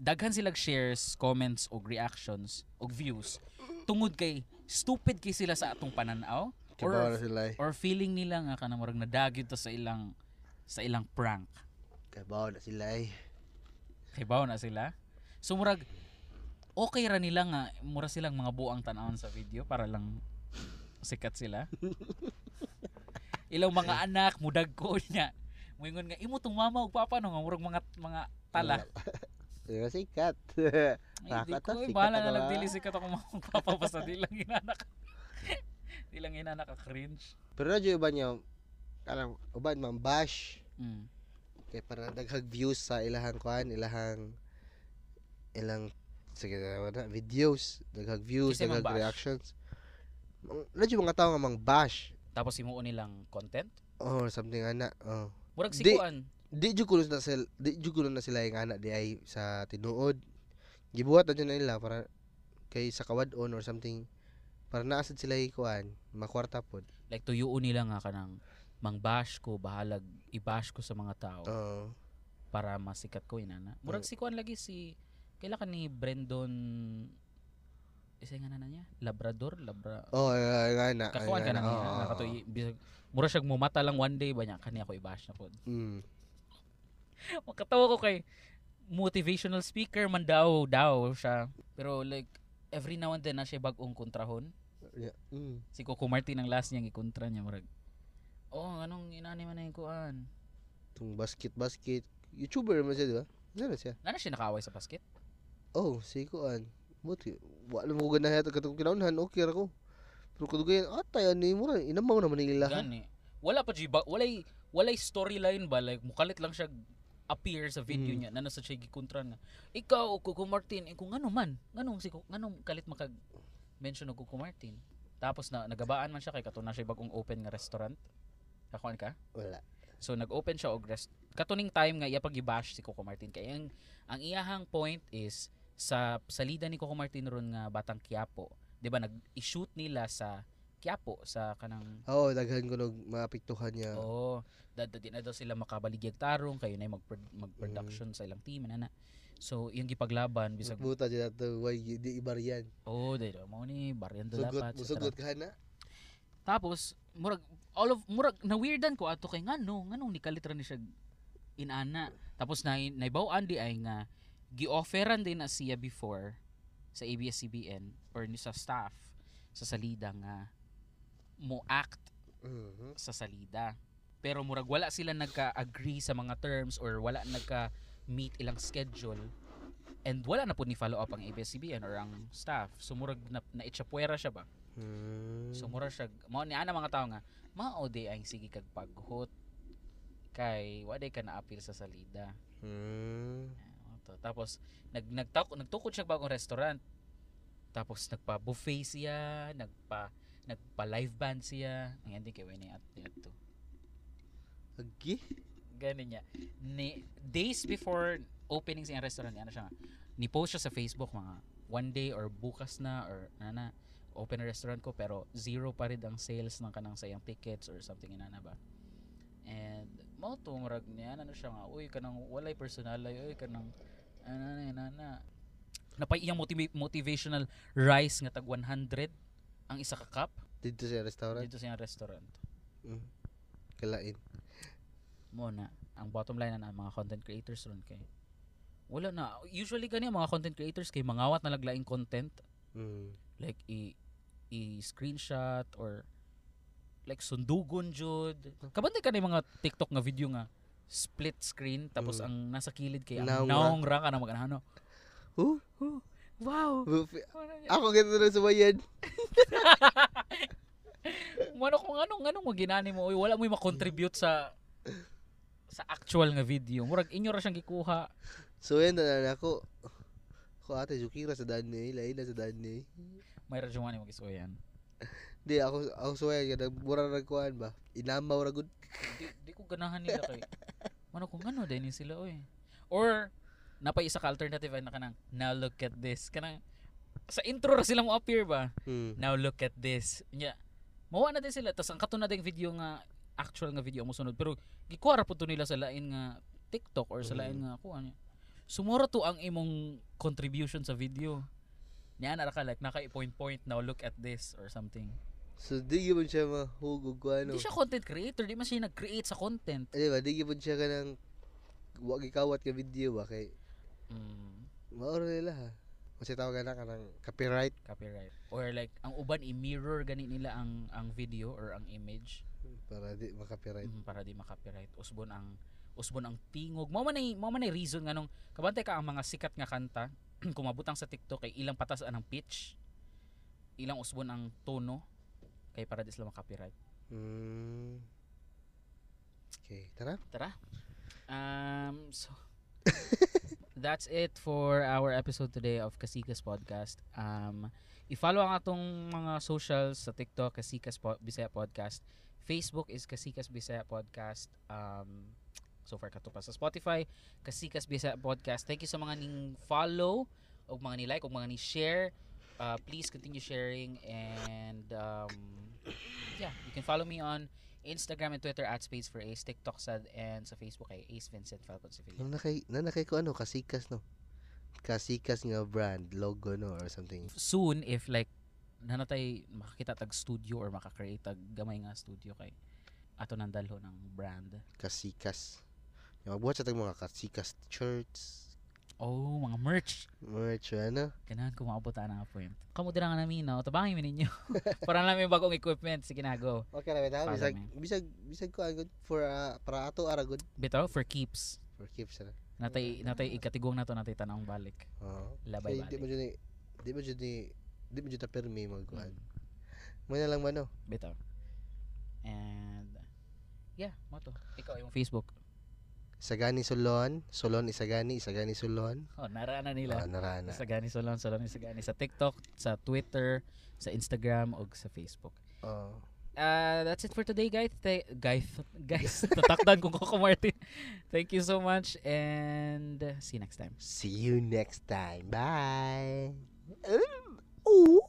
Speaker 1: daghan silang shares, comments og reactions og views tungod kay stupid kay sila sa atong pananaw
Speaker 2: Kabawa
Speaker 1: or,
Speaker 2: na sila eh.
Speaker 1: or feeling nila nga kanang murag nadagit to sa ilang sa ilang prank
Speaker 2: Kabawa na sila eh.
Speaker 1: Kibaw na sila. So murag okay ra nila nga mura silang mga buang tanawon sa video para lang sikat sila. Ilang mga anak mudag ko niya. Moingon nga imo tong mama ug papa no nga murag mga mga tala.
Speaker 2: Sila sikat.
Speaker 1: Ay, di
Speaker 2: Nakakata,
Speaker 1: ko, eh,
Speaker 2: sikat
Speaker 1: bahala
Speaker 2: na
Speaker 1: na
Speaker 2: ba?
Speaker 1: lang dili sikat ako mga ug papa basta di lang inanak. di lang inanak ka cringe.
Speaker 2: Pero radyo iba niya, alam, uban man bash.
Speaker 1: Mm.
Speaker 2: Kaya para daghag views sa ilahang kuan, ilahang, ilang, sige na wala, videos. Daghag views,
Speaker 1: Kasi mang
Speaker 2: daghag
Speaker 1: bash.
Speaker 2: reactions. Mang- Radyo mga tao nga mang bash.
Speaker 1: Tapos imuon nilang content.
Speaker 2: Or something ana. Oh.
Speaker 1: Murag
Speaker 2: Di.
Speaker 1: sikuan.
Speaker 2: di jud kuno na sila di jud kuno na sila yung anak di ay sa tinuod gibuhat na dyan na nila para kay sa kawad-on or something Para naasad sila ikuan, makwarta pod.
Speaker 1: Like tuyuon nila nga kanang mangbash ko bahalag i-bash ko sa mga tao
Speaker 2: Oo.
Speaker 1: para masikat ko inana. Murag si kuan lagi si kaila ka ni Brandon isa nga na niya Labrador Labra
Speaker 2: Oh, ay, ay, ay, na.
Speaker 1: kakuan ka na niya
Speaker 2: Ah, Oo.
Speaker 1: nakatuy bisag- mura siyang mumata lang one day ba niya kani ako i-bash na pod.
Speaker 2: Mm.
Speaker 1: Makatawa ko kay motivational speaker man daw daw siya pero like every now and then na siya bag-ong kontrahon
Speaker 2: Yeah. Mm.
Speaker 1: si Coco Martin ang last niya gikontra niya murag oh anong inani man na yung kuan
Speaker 2: Tung basket basket. YouTuber man siya, di ba? Ano siya?
Speaker 1: Nana siya nakaaway sa basket
Speaker 2: Oh, si kuan. Buti, wala mo ganda hata katong kinaunhan, okay ra ko. Pero kadugayan, atay ani mo ra, inamaw naman ang ilahan.
Speaker 1: gani eh. wala pa jiba walay walay storyline ba like mukalit lang siya appear sa video
Speaker 2: Mm.
Speaker 1: niya nana sa siya gikontra na ikaw Coco Martin ikaw ngano man nganong si Coco- nganong kalit makag mention og Coco Martin tapos na nagabaan man siya kay kato na siya bagong open nga restaurant kakuan ka
Speaker 2: Wala.
Speaker 1: So nag-open siya og rest. Katuning time nga iya pagibash si Coco Martin kay ang, ang iyahang point is sa salida ni Coco Martin ron nga Batang Quiapo. 'Di ba nag-shoot nila sa Quiapo sa kanang
Speaker 2: Oo, daghan ko nog maapektuhan niya.
Speaker 1: oh, dadadi na daw sila makabaligyag tarong kayo na mag mag-production sa ilang team na na. So yung gipaglaban bisag
Speaker 2: Buta dyan ato, why, di ibaryan.
Speaker 1: oh, dito mo ni baryan dapat.
Speaker 2: Sugot, musugot ka na.
Speaker 1: Tapos murag all of murag na weirdan ko ato kay ngano ngano ni kalitra ni siya inana. Tapos na naibawaan di ay nga gi-offeran din na siya before sa ABS-CBN or ni sa staff sa salida nga mo act
Speaker 2: Mhm.
Speaker 1: sa salida. Pero murag wala sila nagka-agree sa mga terms or wala nagka-meet ilang schedule. And wala na po ni follow up ang ABS-CBN or ang staff. So murag na, na siya ba?
Speaker 2: Mm.
Speaker 1: So mura siya, mao ni ana mga tao nga, mao di ay sige kag paghot kay wa day ka naapil sa salida.
Speaker 2: Mm.
Speaker 1: Ah, to. Tapos nag nagtak nagtukod siya bagong restaurant. Tapos nagpa buffet siya, nagpa nagpa live band siya. Ang hindi kay wani at to.
Speaker 2: Agi?
Speaker 1: Ganun niya. Ni, days before opening sa iyang restaurant, ano siya nga, ni-post siya sa Facebook mga one day or bukas na or ano na, open na restaurant ko pero zero pa rin ang sales ng kanang sayang tickets or something inana ba. And mao to murag niya ano siya nga, uy kanang walay personal ay uy kanang ano na inana. Napay iyang motiva- motivational rise nga tag 100 ang isa ka cup
Speaker 2: Dito sa restaurant?
Speaker 1: dito sa iyang restaurant.
Speaker 2: Mm. Kalain.
Speaker 1: muna, ang bottom line na, na mga content creators ron kay wala na usually gani ang mga content creators kay mangawat na laglaing content
Speaker 2: Mm.
Speaker 1: like i i screenshot or like sundugon jud kabantay ka na yung mga TikTok nga video nga split screen tapos
Speaker 2: Mm.
Speaker 1: ang nasa kilid kay ang
Speaker 2: Naong ra.
Speaker 1: naong ra ka na magano ano?
Speaker 2: Huh?
Speaker 1: wow
Speaker 2: Buffet. Ako ganito na sumayan.
Speaker 1: Mano kung anong anong maginani mo, uy, wala mo ma-contribute sa sa actual nga video. Murag inyo ra siyang gikuha.
Speaker 2: So yan, nanan ako. Ako ate, Jukira sa daan niya. eh. Lain na sa daan niya. eh.
Speaker 1: May radyo man yung gisuyan.
Speaker 2: Hindi, ako, ako sumayan. Kaya mura na nagkuhan ba? Inamaw na good.
Speaker 1: di, di ko ganahan nila kay ano kung ano din sila oy or napay isa ka alternative ay nakanang now look at this kanang sa intro ra sila mo appear ba
Speaker 2: Mm.
Speaker 1: now look at this nya mawa na din sila tas ang katunad ding video nga actual nga video ang mosunod pero gikuha ra pud to nila sa lain nga TikTok or sa
Speaker 2: Mm.
Speaker 1: lain nga kuha niya sumura to ang imong contribution sa video niya na ra ka like naka point point now look at this or something
Speaker 2: So di gipon siya mahugog ko ano.
Speaker 1: di siya content creator di man siya nag-create sa content
Speaker 2: Ano ba, di gipon siya ka ng wag ikawat ka video ba? Kay
Speaker 1: mm.
Speaker 2: mauro nila ha. Kasi tawag na ka ng copyright.
Speaker 1: copyright or like ang uban i-mirror gani nila ang ang video or ang image
Speaker 2: Para di makapiright.
Speaker 1: mm, para di ma-copyright usbon ang usbon ang tingog mao man ay mao man ay reason nganong kabantay ka ang mga sikat nga kanta kumabutang sa TikTok kay ilang patasan ang pitch ilang usbon ang tono kay para di sila ma-copyright
Speaker 2: Mm. Okay, tara.
Speaker 1: tara um so that's it for our episode today of Kasikas Podcast. Um, i-follow ang atong mga socials sa TikTok, Kasikas po- Bisaya Podcast. Facebook is Kasikas Bisaya Podcast. Um, so far kato pa sa Spotify, Kasikas Bisaya Podcast. Thank you sa mga ning follow, o mga ni like, o mga ni share. uh, please continue sharing and um, yeah, you can follow me on Instagram and Twitter at Space for Ace, TikTok sad and sa Facebook ay Ace Vincent Falcon Sevilla.
Speaker 2: Nanakay, nanakay ko ano, kasikas no. Kasikas nga brand, logo no, or something.
Speaker 1: Soon if like nanatay makakita tag studio or makakreate tag gamay nga studio kay ato nang dalho ng brand.
Speaker 2: Kasikas. Yung magbuhat sa tag mga kasikas shirts,
Speaker 1: Oh, mga merch.
Speaker 2: merch, ano.
Speaker 1: Ganahan ko maabot na nga point. Kamu din nga namin, no? Tabangin mo ninyo. Para namin yung bagong equipment. Sige na, go.
Speaker 2: Okay na bitaw,
Speaker 1: Follow
Speaker 2: bisag
Speaker 1: me.
Speaker 2: bisag bisag ko agad for ah, para ato ara good
Speaker 1: Bitaw, for keeps.
Speaker 2: for keeps na.
Speaker 1: Natay, natay ikatigong na to, natay tanang balik.
Speaker 2: Oo.
Speaker 1: Labay
Speaker 2: Kaya
Speaker 1: balik.
Speaker 2: di mo jud ni di mo jud ni di mo jud ta permi magkuan.
Speaker 1: Mm,
Speaker 2: Mo na lang ba no?
Speaker 1: Bitaw. And, yeah, mo to. Ikaw, yung Facebook.
Speaker 2: Sagani Solon, Solon Isagani, Isagani Solon.
Speaker 1: Oh, narana
Speaker 2: Ah,
Speaker 1: nila.
Speaker 2: narana.
Speaker 1: Sa gani sa lang, sa lang, sa gani. Sa TikTok, sa Twitter, sa Instagram, o sa Facebook.
Speaker 2: Oo.
Speaker 1: Uh, that's it for today, guys. Th- guys, guys, tatakdan kong Coco Martin. Thank you so much and see you next time.
Speaker 2: See you next time. Bye. Ooh.